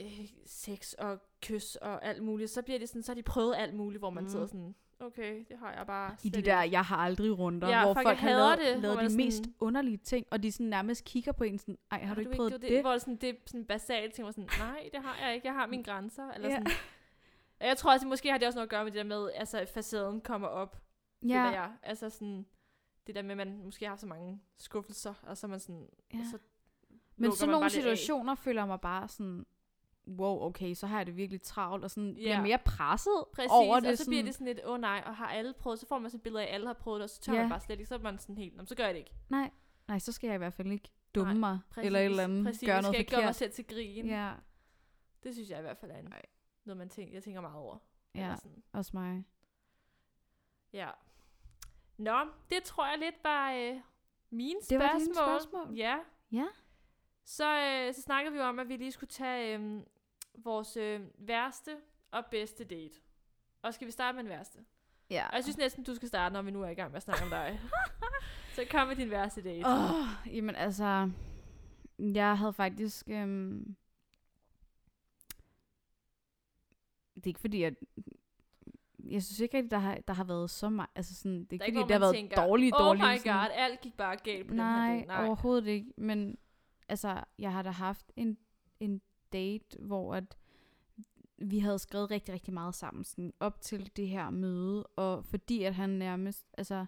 A: øh, sex og kys og alt muligt, så bliver det sådan, så har de prøvet alt muligt, hvor man
B: Mm.
A: mm. sidder sådan, okay, det har jeg bare
B: I de
A: slet
B: der,
A: ikke.
B: jeg har aldrig runder,
A: Ja,
B: hvor folk,
A: folk
B: har
A: hader
B: lavet,
A: det, hvor
B: lavet
A: man
B: de
A: er
B: sådan...
A: sådan-
B: mest underlige ting, og de sådan nærmest kigger på en sådan, ej, har, du ikke prøvet det? det?
A: Hvor sådan, det er sådan basale ting, hvor sådan, nej, det har jeg ikke, jeg har mine grænser, eller
B: Ja.
A: ja. sådan. Og Jeg tror også, måske har det også noget at gøre med det der med, altså at facaden kommer op, ja. føler
B: Ja,
A: jeg. Altså sådan, det der med, at man måske har haft så mange skuffelser, og så er man sådan,
B: ja.
A: ja. så
B: Men
A: lukker
B: sådan
A: man
B: nogle
A: bare lidt af.
B: situationer føler jeg mig bare sådan, wow, okay, så har jeg det virkelig travlt, og sådan bliver
A: Ja.
B: mere presset
A: Præcis,
B: over det.
A: og så
B: sådan,
A: bliver det sådan lidt, åh oh, nej, og har alle prøvet, så får man sådan et billede af, at alle har prøvet det, og så tør
B: Ja.
A: ja. man bare slet ikke, så er man sådan helt, "Nå, men så gør jeg det ikke.
B: Nej, nej, så skal jeg i hvert fald ikke dumme
A: Nej,
B: mig, eller et eller andet,
A: præcis,
B: gøre
A: jeg
B: noget
A: skal ikke gøre mig
B: forkert.
A: selv til grin. Ja.
B: ja,
A: Det synes jeg i hvert fald er en,
B: Nej.
A: noget, man tænker, jeg tænker meget over.
B: ja,
A: Eller sådan.
B: også mig.
A: Ja. Nå, det tror jeg lidt var øh, mine
B: Det var
A: spørgsmål.
B: dine spørgsmål?
A: Ja.
B: Ja.
A: Så, øh, så snakkede vi jo om, at vi lige skulle tage øh, vores øh, værste og bedste date. Og skal vi starte med den værste?
B: Ja.
A: Og jeg synes næsten, du skal starte, når vi nu er i gang med at snakke om dig. så kom med din værste date.
B: Oh, jamen altså, jeg havde faktisk... Øhm, det er ikke fordi, at... Jeg synes ikke rigtig, der har, der har været så meget... Altså sådan, det er ikke fordi,
A: hvor
B: der har
A: man
B: været
A: tænker,
B: dårlige,
A: oh
B: dårlige...
A: my
B: sådan-
A: god, alt gik bare galt på den her
B: Nej,
A: date. Nej,
B: overhovedet ikke. Men altså, jeg har da haft en, en date, hvor at vi havde skrevet rigtig, rigtig meget sammen sådan op til det her møde, og fordi at han nærmest, altså,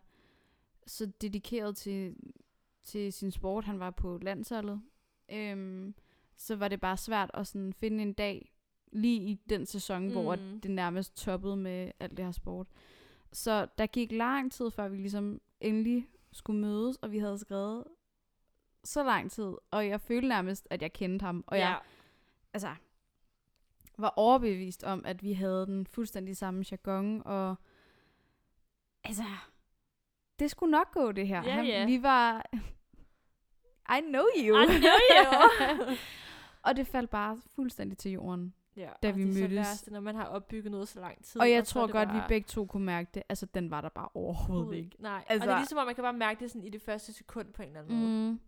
B: så dedikeret til, til sin sport, han var på landsholdet, øhm, så var det bare svært at sådan finde en dag lige i den sæson, mm. hvor at
A: Mm.
B: det nærmest toppede med alt det her sport. Så der gik lang tid, før vi ligesom endelig skulle mødes, og vi havde skrevet så lang tid, og jeg følte nærmest, at jeg kendte ham, og ja. jeg altså, var overbevist om, at vi havde den fuldstændig samme jargon, og altså, det skulle nok gå, det her.
A: Ja, ja.
B: Vi var... I know you.
A: I know you.
B: og det faldt bare fuldstændig til jorden.
A: ja.
B: Da
A: og
B: vi
A: det er så
B: mødtes.
A: værste, når man har opbygget noget så lang tid.
B: Og jeg
A: så er
B: tror
A: det
B: godt, vi
A: bare-
B: begge to kunne mærke det. Altså, den var der bare overhovedet ikke.
A: Nej, altså, og
B: Altså-
A: det er ligesom, om man kan bare mærke det sådan i det første sekund på en eller anden måde.
B: Mm.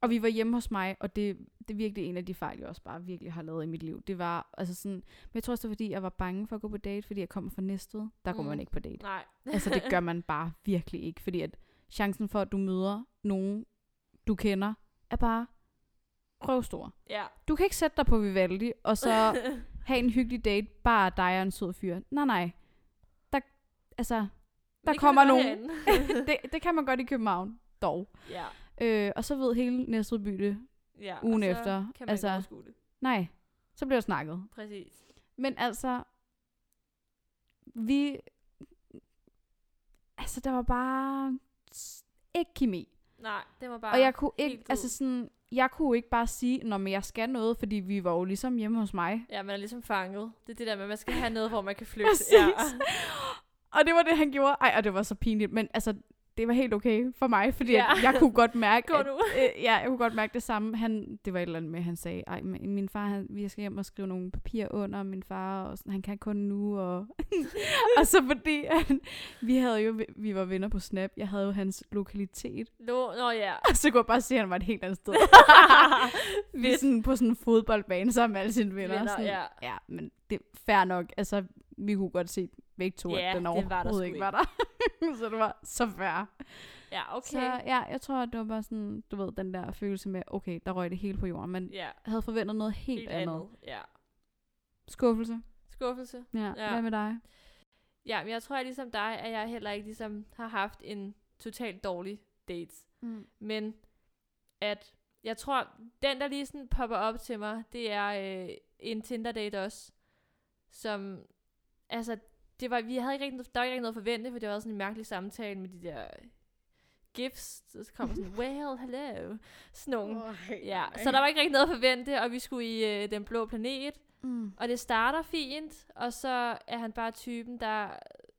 B: Og vi var hjemme hos mig, og det, det er virkelig en af de fejl, jeg også bare virkelig har lavet i mit liv. Det var, altså sådan, men jeg tror også, det var, fordi jeg var bange for at gå på date, fordi jeg kommer fra Næstved. Der går
A: Mm.
B: man ikke på date.
A: Nej.
B: Altså, det gør man bare virkelig ikke, fordi at chancen for, at du møder nogen, du kender, er bare røvstor.
A: ja.
B: Du kan ikke sætte dig på Vivaldi, og så have en hyggelig date, bare dig og en sød fyr. Nej, nej. Der, altså,
A: Men det kan
B: kommer
A: man godt
B: nogen.
A: herinde.
B: det, det kan man godt i København, dog.
A: ja.
B: Øh, og så ved hele Næstved by det.
A: Ja,
B: Ugen
A: og så
B: efter,
A: kan man altså...
B: altså-
A: ikke overskue det.
B: Nej, så bliver der snakket.
A: Præcis.
B: Men altså, vi... Altså, der var bare s- ikke kemi.
A: Nej, det var bare...
B: Og jeg kunne ikke,
A: helt ud.
B: altså sådan, jeg kunne ikke bare sige, når men jeg skal noget, fordi vi var jo ligesom hjemme hos mig.
A: Ja, man er ligesom fanget. Det er det der med, at man skal have noget, hvor man kan flytte.
B: Præcis. Og det var det, han gjorde. Ej, og det var så pinligt, men altså, det var helt okay for mig, fordi ja.
A: Ja.
B: at jeg kunne godt mærke,
A: Gå
B: at,
A: nu.
B: øh, ja, jeg kunne godt mærke det samme. Han, det var et eller andet med, at han sagde, ej, men min far, han, vi skal hjem og skrive nogle papirer under, min far, og sådan, han kan kun nu, og, og så fordi, han, vi havde jo, vi var venner på Snap, jeg havde jo hans lokalitet,
A: Nå, nå ja.
B: og så kunne jeg bare se, at han var et helt andet sted. vi er
A: Fedt.
B: sådan på sådan en fodboldbane sammen med alle sine venner.
A: Venner,
B: sådan,
A: ja.
B: ja, men det er fair nok. Altså, vi kunne godt se begge to,
A: Ja,
B: at den
A: det var der
B: overhovedet
A: sgu
B: ikke var der. så det var så fair.
A: Ja, okay.
B: Så ja, jeg tror, at det var bare sådan, du ved, den der følelse med, okay, der røg det hele på jorden, men
A: ja,
B: jeg havde forventet noget helt, helt andet. andet.
A: Ja.
B: Skuffelse.
A: Skuffelse.
B: Ja. ja.
A: Ja.
B: Hvad med dig?
A: Ja, men jeg tror jeg ligesom dig, at jeg heller ikke ligesom har haft en totalt dårlig date.
B: Mm.
A: Men at jeg tror, den der lige sådan popper op til mig, det er øh, en Tinder-date også. Som, altså, det var, vi havde ikke rigtig, der var ikke rigtig noget at forvente, for det var sådan en mærkelig samtale med de der gifts. Så kom sådan, well, hello. Sådan nogle. Ja, så der var ikke rigtig noget at forvente, og vi skulle i øh, den blå planet.
B: Mm.
A: Og det starter fint, og så er han bare typen, der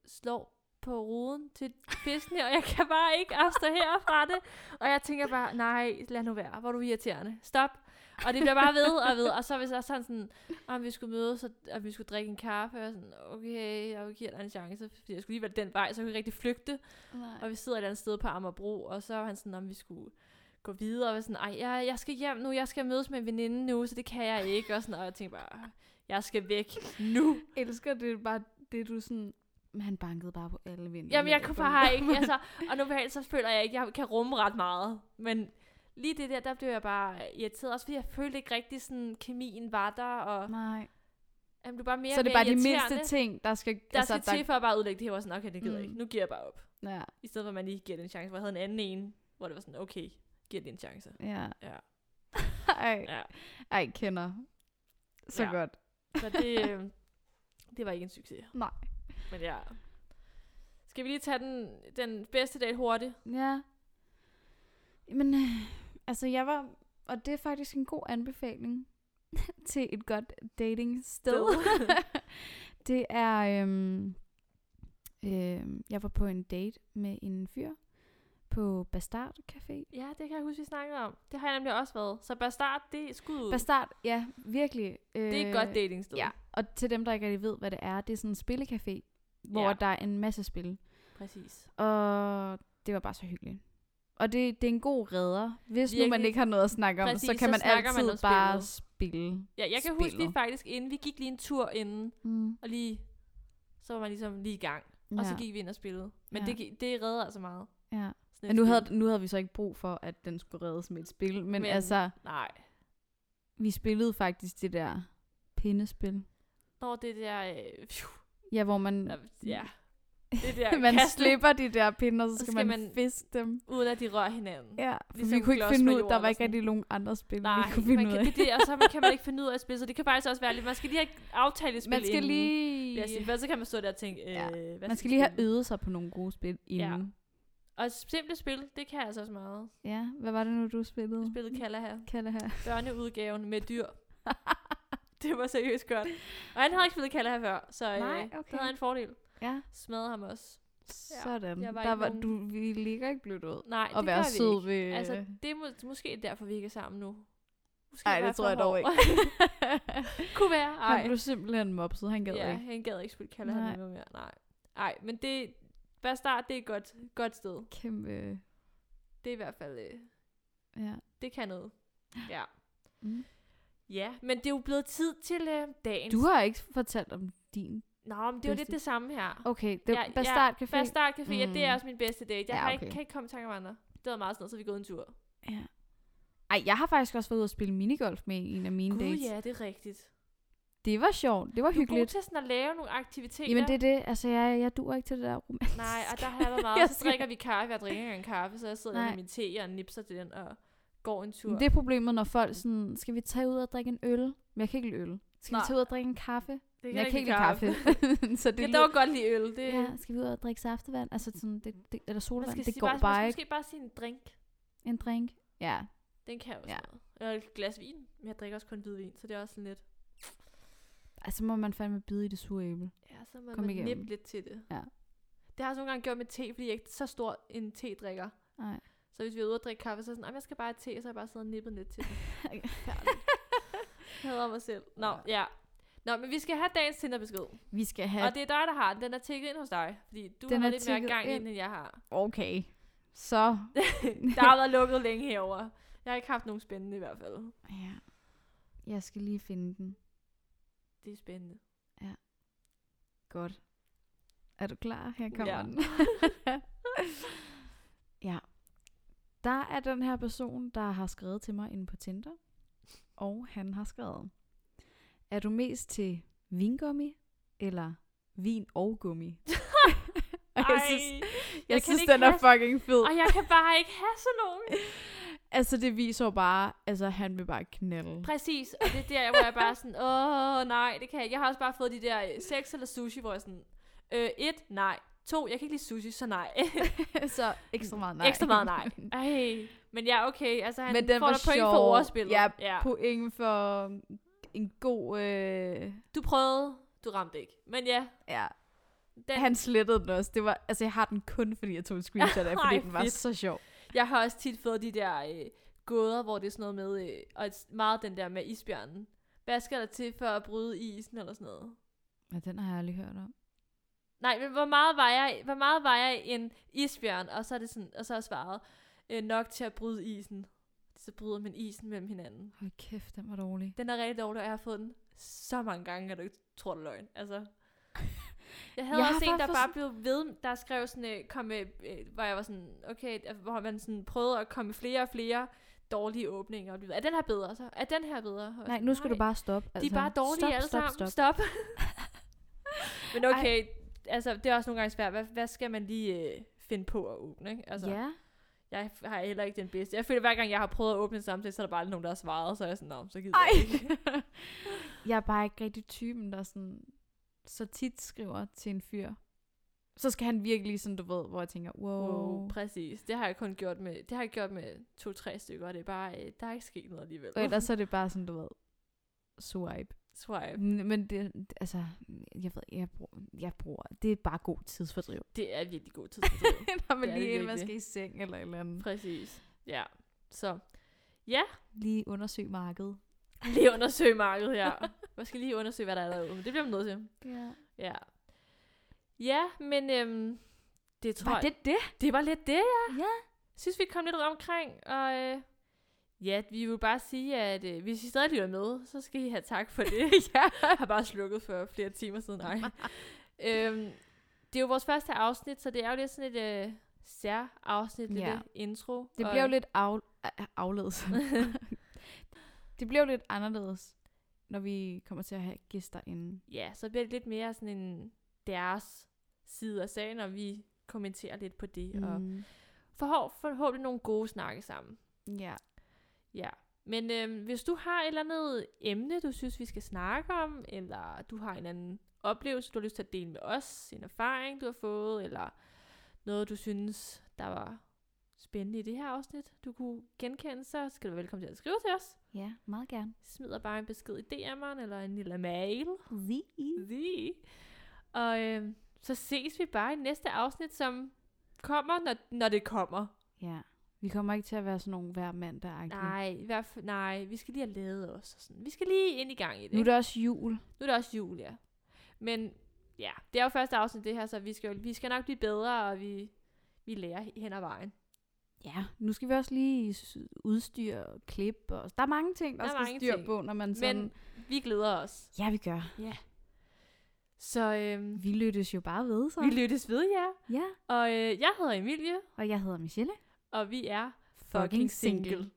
A: slår på ruden til fiskene, og jeg kan bare ikke abstrahere fra det. Og jeg tænker bare, nej, lad nu være, hvor er du irriterende. Stop. Og det bliver bare ved og ved, og så hvis jeg sådan sådan, om vi skulle mødes, og, og vi skulle drikke en kaffe, og jeg er sådan, okay, jeg giver dig en chance, fordi jeg skulle lige være den vej, så jeg kunne ikke rigtig flygte. Og vi sidder et eller andet sted på Amagerbro, og så var han sådan, om vi skulle gå videre, og var sådan, ej, jeg, jeg skal hjem nu, jeg skal mødes med en veninde nu, så det kan jeg ikke, og sådan, og jeg tænkte bare, jeg skal væk nu.
B: elsker det bare, det du sådan, men han bankede bare på alle vinduer.
A: Jamen, jeg kunne bare ikke, altså, og nu så føler jeg ikke, jeg kan rumme ret meget, men lige det der, der blev jeg bare irriteret, også fordi jeg følte ikke rigtig sådan, kemien var der, og
B: Nej.
A: jamen, du var mere
B: så det er
A: og
B: bare
A: mere
B: de
A: irriterende,
B: mindste ting, Altså, der skal...
A: der skal til for at bare udlægge det her, og sådan, okay, det gider jeg
B: Mm.
A: ikke, nu giver jeg bare op.
B: Ja,
A: I stedet for, at man lige giver det en chance, hvor jeg havde en anden en, hvor det var sådan, okay, giver det en chance.
B: ja.
A: Ja.
B: Ej,
A: Ja.
B: ej, kender. Så
A: Ja.
B: godt.
A: Så det, øh, det var ikke en succes.
B: Nej.
A: Men ja. Skal vi lige tage den, den bedste date hurtigt?
B: Ja. Men øh, altså, jeg var... Og det er faktisk en god anbefaling til et godt dating sted. det er... Øhm, øhm, jeg var på en date med en fyr på Bastard Café.
A: Ja, det kan jeg huske, vi snakkede om. Det har jeg nemlig også været. Så Bastard, det er skud ud.
B: Bastard, ja, virkelig. Øh,
A: det er et godt datingsted.
B: Ja, og til dem, der ikke rigtig ved, hvad det er, det er sådan en spillecafé, hvor
A: Ja.
B: der er en masse spil.
A: Præcis.
B: Og det var bare så hyggeligt. Og det, det er en god redder. Hvis Virkelig. nu man
A: Virkelig.
B: ikke har noget at snakke om,
A: Præcis,
B: så kan
A: så
B: man
A: snakker man
B: altid
A: om
B: bare
A: spillet.
B: spille.
A: Ja, jeg kan Spillet. huske, vi
B: Spillet.
A: faktisk inden, vi gik lige en tur inden,
B: Mm.
A: og lige, så var man ligesom lige i gang. Ja.
B: Ja.
A: Og så gik vi ind og spillede. Men
B: Ja.
A: ja. det, gi- det redder altså meget.
B: ja.
A: Sådan et
B: Men nu
A: spil.
B: havde, nu havde vi så ikke brug for, at den skulle reddes med et spil. Men, men
A: Men-
B: altså,
A: Nej.
B: vi spillede faktisk det der pindespil.
A: Nå, det der... Øh, phew,
B: Ja, hvor man,
A: ja. Det der
B: man
A: kaste,
B: slipper de der pinder, så skal,
A: skal
B: skal man,
A: man-
B: fiske dem.
A: uden at de rører hinanden.
B: Ja, for ligesom
A: ligesom
B: vi kunne ikke
A: klods
B: finde
A: med
B: ud,
A: jorden
B: der var
A: og
B: ikke
A: sådan.
B: rigtig nogen andre spil,
A: Nej,
B: vi kunne finde
A: man
B: ud
A: kan,
B: af.
A: det, er det, og så kan man ikke finde ud af at spille, så det kan faktisk også være lidt, man skal lige have aftalt et spil
B: Man skal
A: inden, vil
B: lige...
A: Jeg sige. Hvad så kan man stå der og tænke, øh,
B: Ja.
A: hvad
B: Man
A: vi
B: skal lige have
A: spille?
B: øvet sig på nogle gode spil inden.
A: Og simple spil, det kan jeg altså også meget.
B: Ja. ja. Hvad var det nu, du spillede?
A: Spillet kalder her.
B: Kalle her.
A: Børneudgaven med dyr. Det var seriøst godt. Og han havde ikke spillet kalder her før, så øh,
B: Nej,
A: det
B: okay.
A: havde en fordel.
B: ja,
A: Smadrede ham også.
B: sådan.
A: jeg var
B: der
A: ikke
B: var,
A: nogen-
B: du, vi ligger ikke blødt ud.
A: Nej,
B: Og
A: det
B: være
A: gør vi
B: sød
A: ikke.
B: ved...
A: Altså, det er må- måske derfor, vi ikke er sammen nu. Måske
B: Ej,
A: var
B: det
A: for
B: tror jeg dog
A: hård.
B: ikke.
A: Kunne være. Ej.
B: Han blev simpelthen mopset, han gad
A: ja,
B: ikke.
A: han gad ikke spille kalder
B: Nej.
A: han endnu mere. Nej. Nej, men det, bare start, det er et godt, godt sted.
B: Kæmpe...
A: Det er i hvert fald, øh,
B: Ja.
A: det kan noget. Ja.
B: Mm.
A: Ja, men det er jo blevet tid til øh, dagen.
B: Du har ikke fortalt om din...
A: Nå, men det er jo lidt
B: bedste-
A: det samme her.
B: Okay, det var
A: Ja, ja,
B: Bastard Café.
A: Fast start café, ja, det
B: Mm.
A: er også min bedste date. Jeg
B: Ja,
A: ja,
B: okay.
A: okay. kan ikke komme i tanke om andre. Det var meget sådan noget, så vi er gået en tur.
B: Ja. Ej, jeg har faktisk også været ude og spille minigolf med en af mine
A: Gud
B: dates.
A: ja, det er rigtigt.
B: Det var sjovt. Det var
A: Du er god
B: hyggeligt.
A: til sådan at lave nogle aktiviteter.
B: Jamen det er det. Altså, jeg, jeg duer ikke til det der romantisk.
A: Nej, og der har jeg været meget.
B: Jeg
A: Så
B: skal-
A: drikker vi kaffe, jeg drikker ikke engang kaffe, så jeg sidder
B: Nej.
A: med min te og nipser til den og går en tur. Mm.
B: Men Det er problemet, når folk sådan, skal vi tage ud og drikke en øl? Men jeg kan ikke lide øl. Skal
A: Nej.
B: vi tage ud og drikke en kaffe?
A: det
B: Men jeg kan ikke lide kaffe. så
A: Det
B: det
A: kan
B: lyder-
A: dog godt lide øl. Det, Mm.
B: Ja, skal vi ud og drikke saftevand? Altså sådan, det, det, eller
A: man
B: solvand,
A: skal
B: det
A: sige
B: går
A: bare,
B: bare,
A: man skal
B: ikke.
A: måske bare sige en drink.
B: En drink? Ja.
A: Den kan jeg også
B: Ja.
A: ja. noget. Eller et glas vin. Men jeg drikker også kun hvidvin, så det er også sådan lidt...
B: Altså, så må man fandme bide i det sure æble.
A: Ja, så må
B: Kom
A: man
B: igennem.
A: nippe lidt til det. Det
B: Ja.
A: har jeg også nogle gange gjort med te, fordi jeg er ikke så stor en te-drikker.
B: Nej.
A: Så hvis vi er ude og drikke kaffe, så er jeg sådan, "Ej, jeg skal bare have te, og så har jeg bare siddet og nippet lidt til det. Jeg hader mig selv. Nå,
B: Ja.
A: ja. ja. Nå, men vi skal have dagens Tinder-besked.
B: vi skal
A: Ja.
B: have...
A: Og det er dig, der har den. Den er tækket ind hos dig. Fordi du
B: Den
A: den har
B: er
A: lidt mere
B: tikket
A: gang
B: ind.
A: ind, end jeg har.
B: Okay. Så...
A: Der har været lukket længe herover. Jeg har ikke haft nogen spændende i hvert fald.
B: Ja. Jeg skal lige finde den.
A: Det er spændende.
B: Godt. Er du klar? Her kommer
A: Ja.
B: den. ja. Der er den her person, der har skrevet til mig inde på Tinder. Og han har skrevet. Er du mest til vingummi eller vin og gummi? og jeg synes, jeg
A: jeg kan
B: synes
A: ikke
B: den er
A: have-
B: fucking fed.
A: og jeg kan bare ikke have sådan nogen.
B: Altså, det viser jo bare, altså han vil bare knalde.
A: Præcis, og det er der, hvor jeg bare er sådan, åh nej, det kan jeg ikke. Jeg har også bare fået de der øh, sex eller sushi, hvor jeg sådan, øh, et, nej. To, jeg kan ikke lide sushi, så nej.
B: så ekstra meget nej.
A: Nej. Ekstra meget nej. Ej, men ja, okay, altså han
B: Men den
A: får
B: var
A: da point for
B: sjov.
A: ordspillet.
B: Ja,
A: ja.
B: Point for en god... Øh...
A: Du prøvede, du ramte ikke. Men ja,
B: Ja,
A: den,
B: han slettede den også. Det var, altså, jeg har den kun, fordi jeg tog en screenshot af, fordi
A: Ej,
B: den var
A: fedt.
B: så sjov.
A: Jeg har også tit fået de der øh, gåder, hvor det er sådan noget med, øh, og et- meget den der med isbjørnen. Hvad skal der til for at bryde isen eller sådan noget?
B: Ja, den har jeg aldrig hørt om.
A: Nej, men hvor meget var jeg, hvor meget var jeg en isbjørn? Og så er det sådan, og så er svaret øh, nok til at bryde isen. Så bryder man isen mellem hinanden.
B: Hold kæft, den var dårlig.
A: Den er rigtig dårlig, og jeg har fået den så mange gange, at du ikke tror, det er løgn. Altså, jeg
B: Jeg
A: havde
B: har
A: også en,
B: bare
A: der
B: fået
A: bare blev ved, der skrev sådan, øh, kom med, øh, hvor jeg var sådan, okay, der- hvor man sådan prøvede at komme med flere og flere dårlige åbninger. Og blev ved, Er den her bedre så? Er den her bedre? Og jeg
B: Nej,
A: sådan,
B: nu skal du bare stoppe. altså.
A: De er bare dårlige
B: stop,
A: alle
B: stop,
A: sammen.
B: Stop.
A: Altså, Stop. Men okay, altså, det er også nogle gange svært. Hvad, hvad skal man lige øh, finde på at åbne, ikke? Altså,
B: Altså. Ja.
A: jeg har heller ikke den bedste. Jeg føler, hver gang jeg har prøvet at åbne en samtale, så er der bare aldrig nogen, der har svaret, så er jeg sådan, "Nå, så gider
B: Ej.
A: jeg ikke."
B: jeg er bare ikke rigtig typen, der sådan, så tit skriver til en fyr. Så skal han virkelig sådan, du ved, hvor jeg tænker, wow.
A: Wow, præcis. Det har jeg kun gjort med, det har jeg gjort med to-tre stykker, og det er bare, øh, der er ikke sket noget alligevel.
B: Og ellers så er det bare sådan, du ved, swipe.
A: Swipe.
B: Men men det, altså, jeg ved, jeg bruger, jeg bruger, det er bare god tidsfordriv.
A: Det er virkelig god tid. til det.
B: Når man
A: Det er det
B: lige inden man
A: virkelig.
B: skal i seng eller et eller andet.
A: Præcis. Ja. Så
B: Lige undersøg markedet.
A: lige undersøg markedet her. Man skal lige undersøge, hvad der er derude. Men det bliver man nødt til.
B: Ja.
A: Ja. Ja, men øhm, det tror
B: Var
A: jeg...
B: det det?
A: Det var lidt det, ja.
B: Ja.
A: synes, vi kom lidt rundt omkring, og øh, ja, vi vil bare sige, at øh, hvis I stadig lytter med, så skal I have tak for det. ja. Jeg har bare slukket for flere timer siden. Nej. øhm, det er jo vores første afsnit, så det er jo lidt sådan et øh, særafsnit, lidt
B: Ja.
A: ja. intro.
B: Det
A: og-
B: bliver jo lidt af, af- afledes. det bliver jo lidt anderledes, når vi kommer til at have gæster inden.
A: Ja, så bliver det lidt mere sådan en deres side af sagen, og vi kommenterer lidt på det, mm. og forhå- forhåbentlig nogle gode snakke sammen.
B: Ja.
A: Ja, men øhm, hvis du har et eller andet emne, du synes, vi skal snakke om, eller du har en eller anden oplevelse, du har lyst til at dele med os, en erfaring, du har fået, eller noget, du synes, der var spændende i det her afsnit, du kunne genkende, så skal du være velkommen til at skrive til os.
B: Ja, meget gerne.
A: Smider bare en besked i DM'eren, eller en lille mail.
B: Vi.
A: Zee. Og øhm, så ses vi bare i næste afsnit, som kommer, når, når det kommer.
B: Ja. Vi kommer ikke til at være sådan nogle hver mand, der er
A: Nej, i hvert fald, nej, vi skal lige have lavet os. Og sådan. Vi skal lige ind i gang i det.
B: Nu er det også jul.
A: Nu er det også jul, ja. Men ja, det er jo første afsnit det her, så vi skal, jo- vi skal nok blive bedre, og vi, vi lærer hen ad vejen.
B: Ja, nu skal vi også lige s- udstyre og klip. Og... Der er mange ting, der,
A: Der er
B: der skal
A: mange
B: styr
A: ting.
B: på, når man sådan...
A: Men vi glæder os.
B: Ja, vi gør.
A: Så øhm,
B: Vi lyttes jo bare ved, så.
A: vi lyttes ved jer.
B: Ja,
A: Og øh, jeg hedder Emilie,
B: og jeg hedder Michelle.
A: og vi er
B: Fucking single.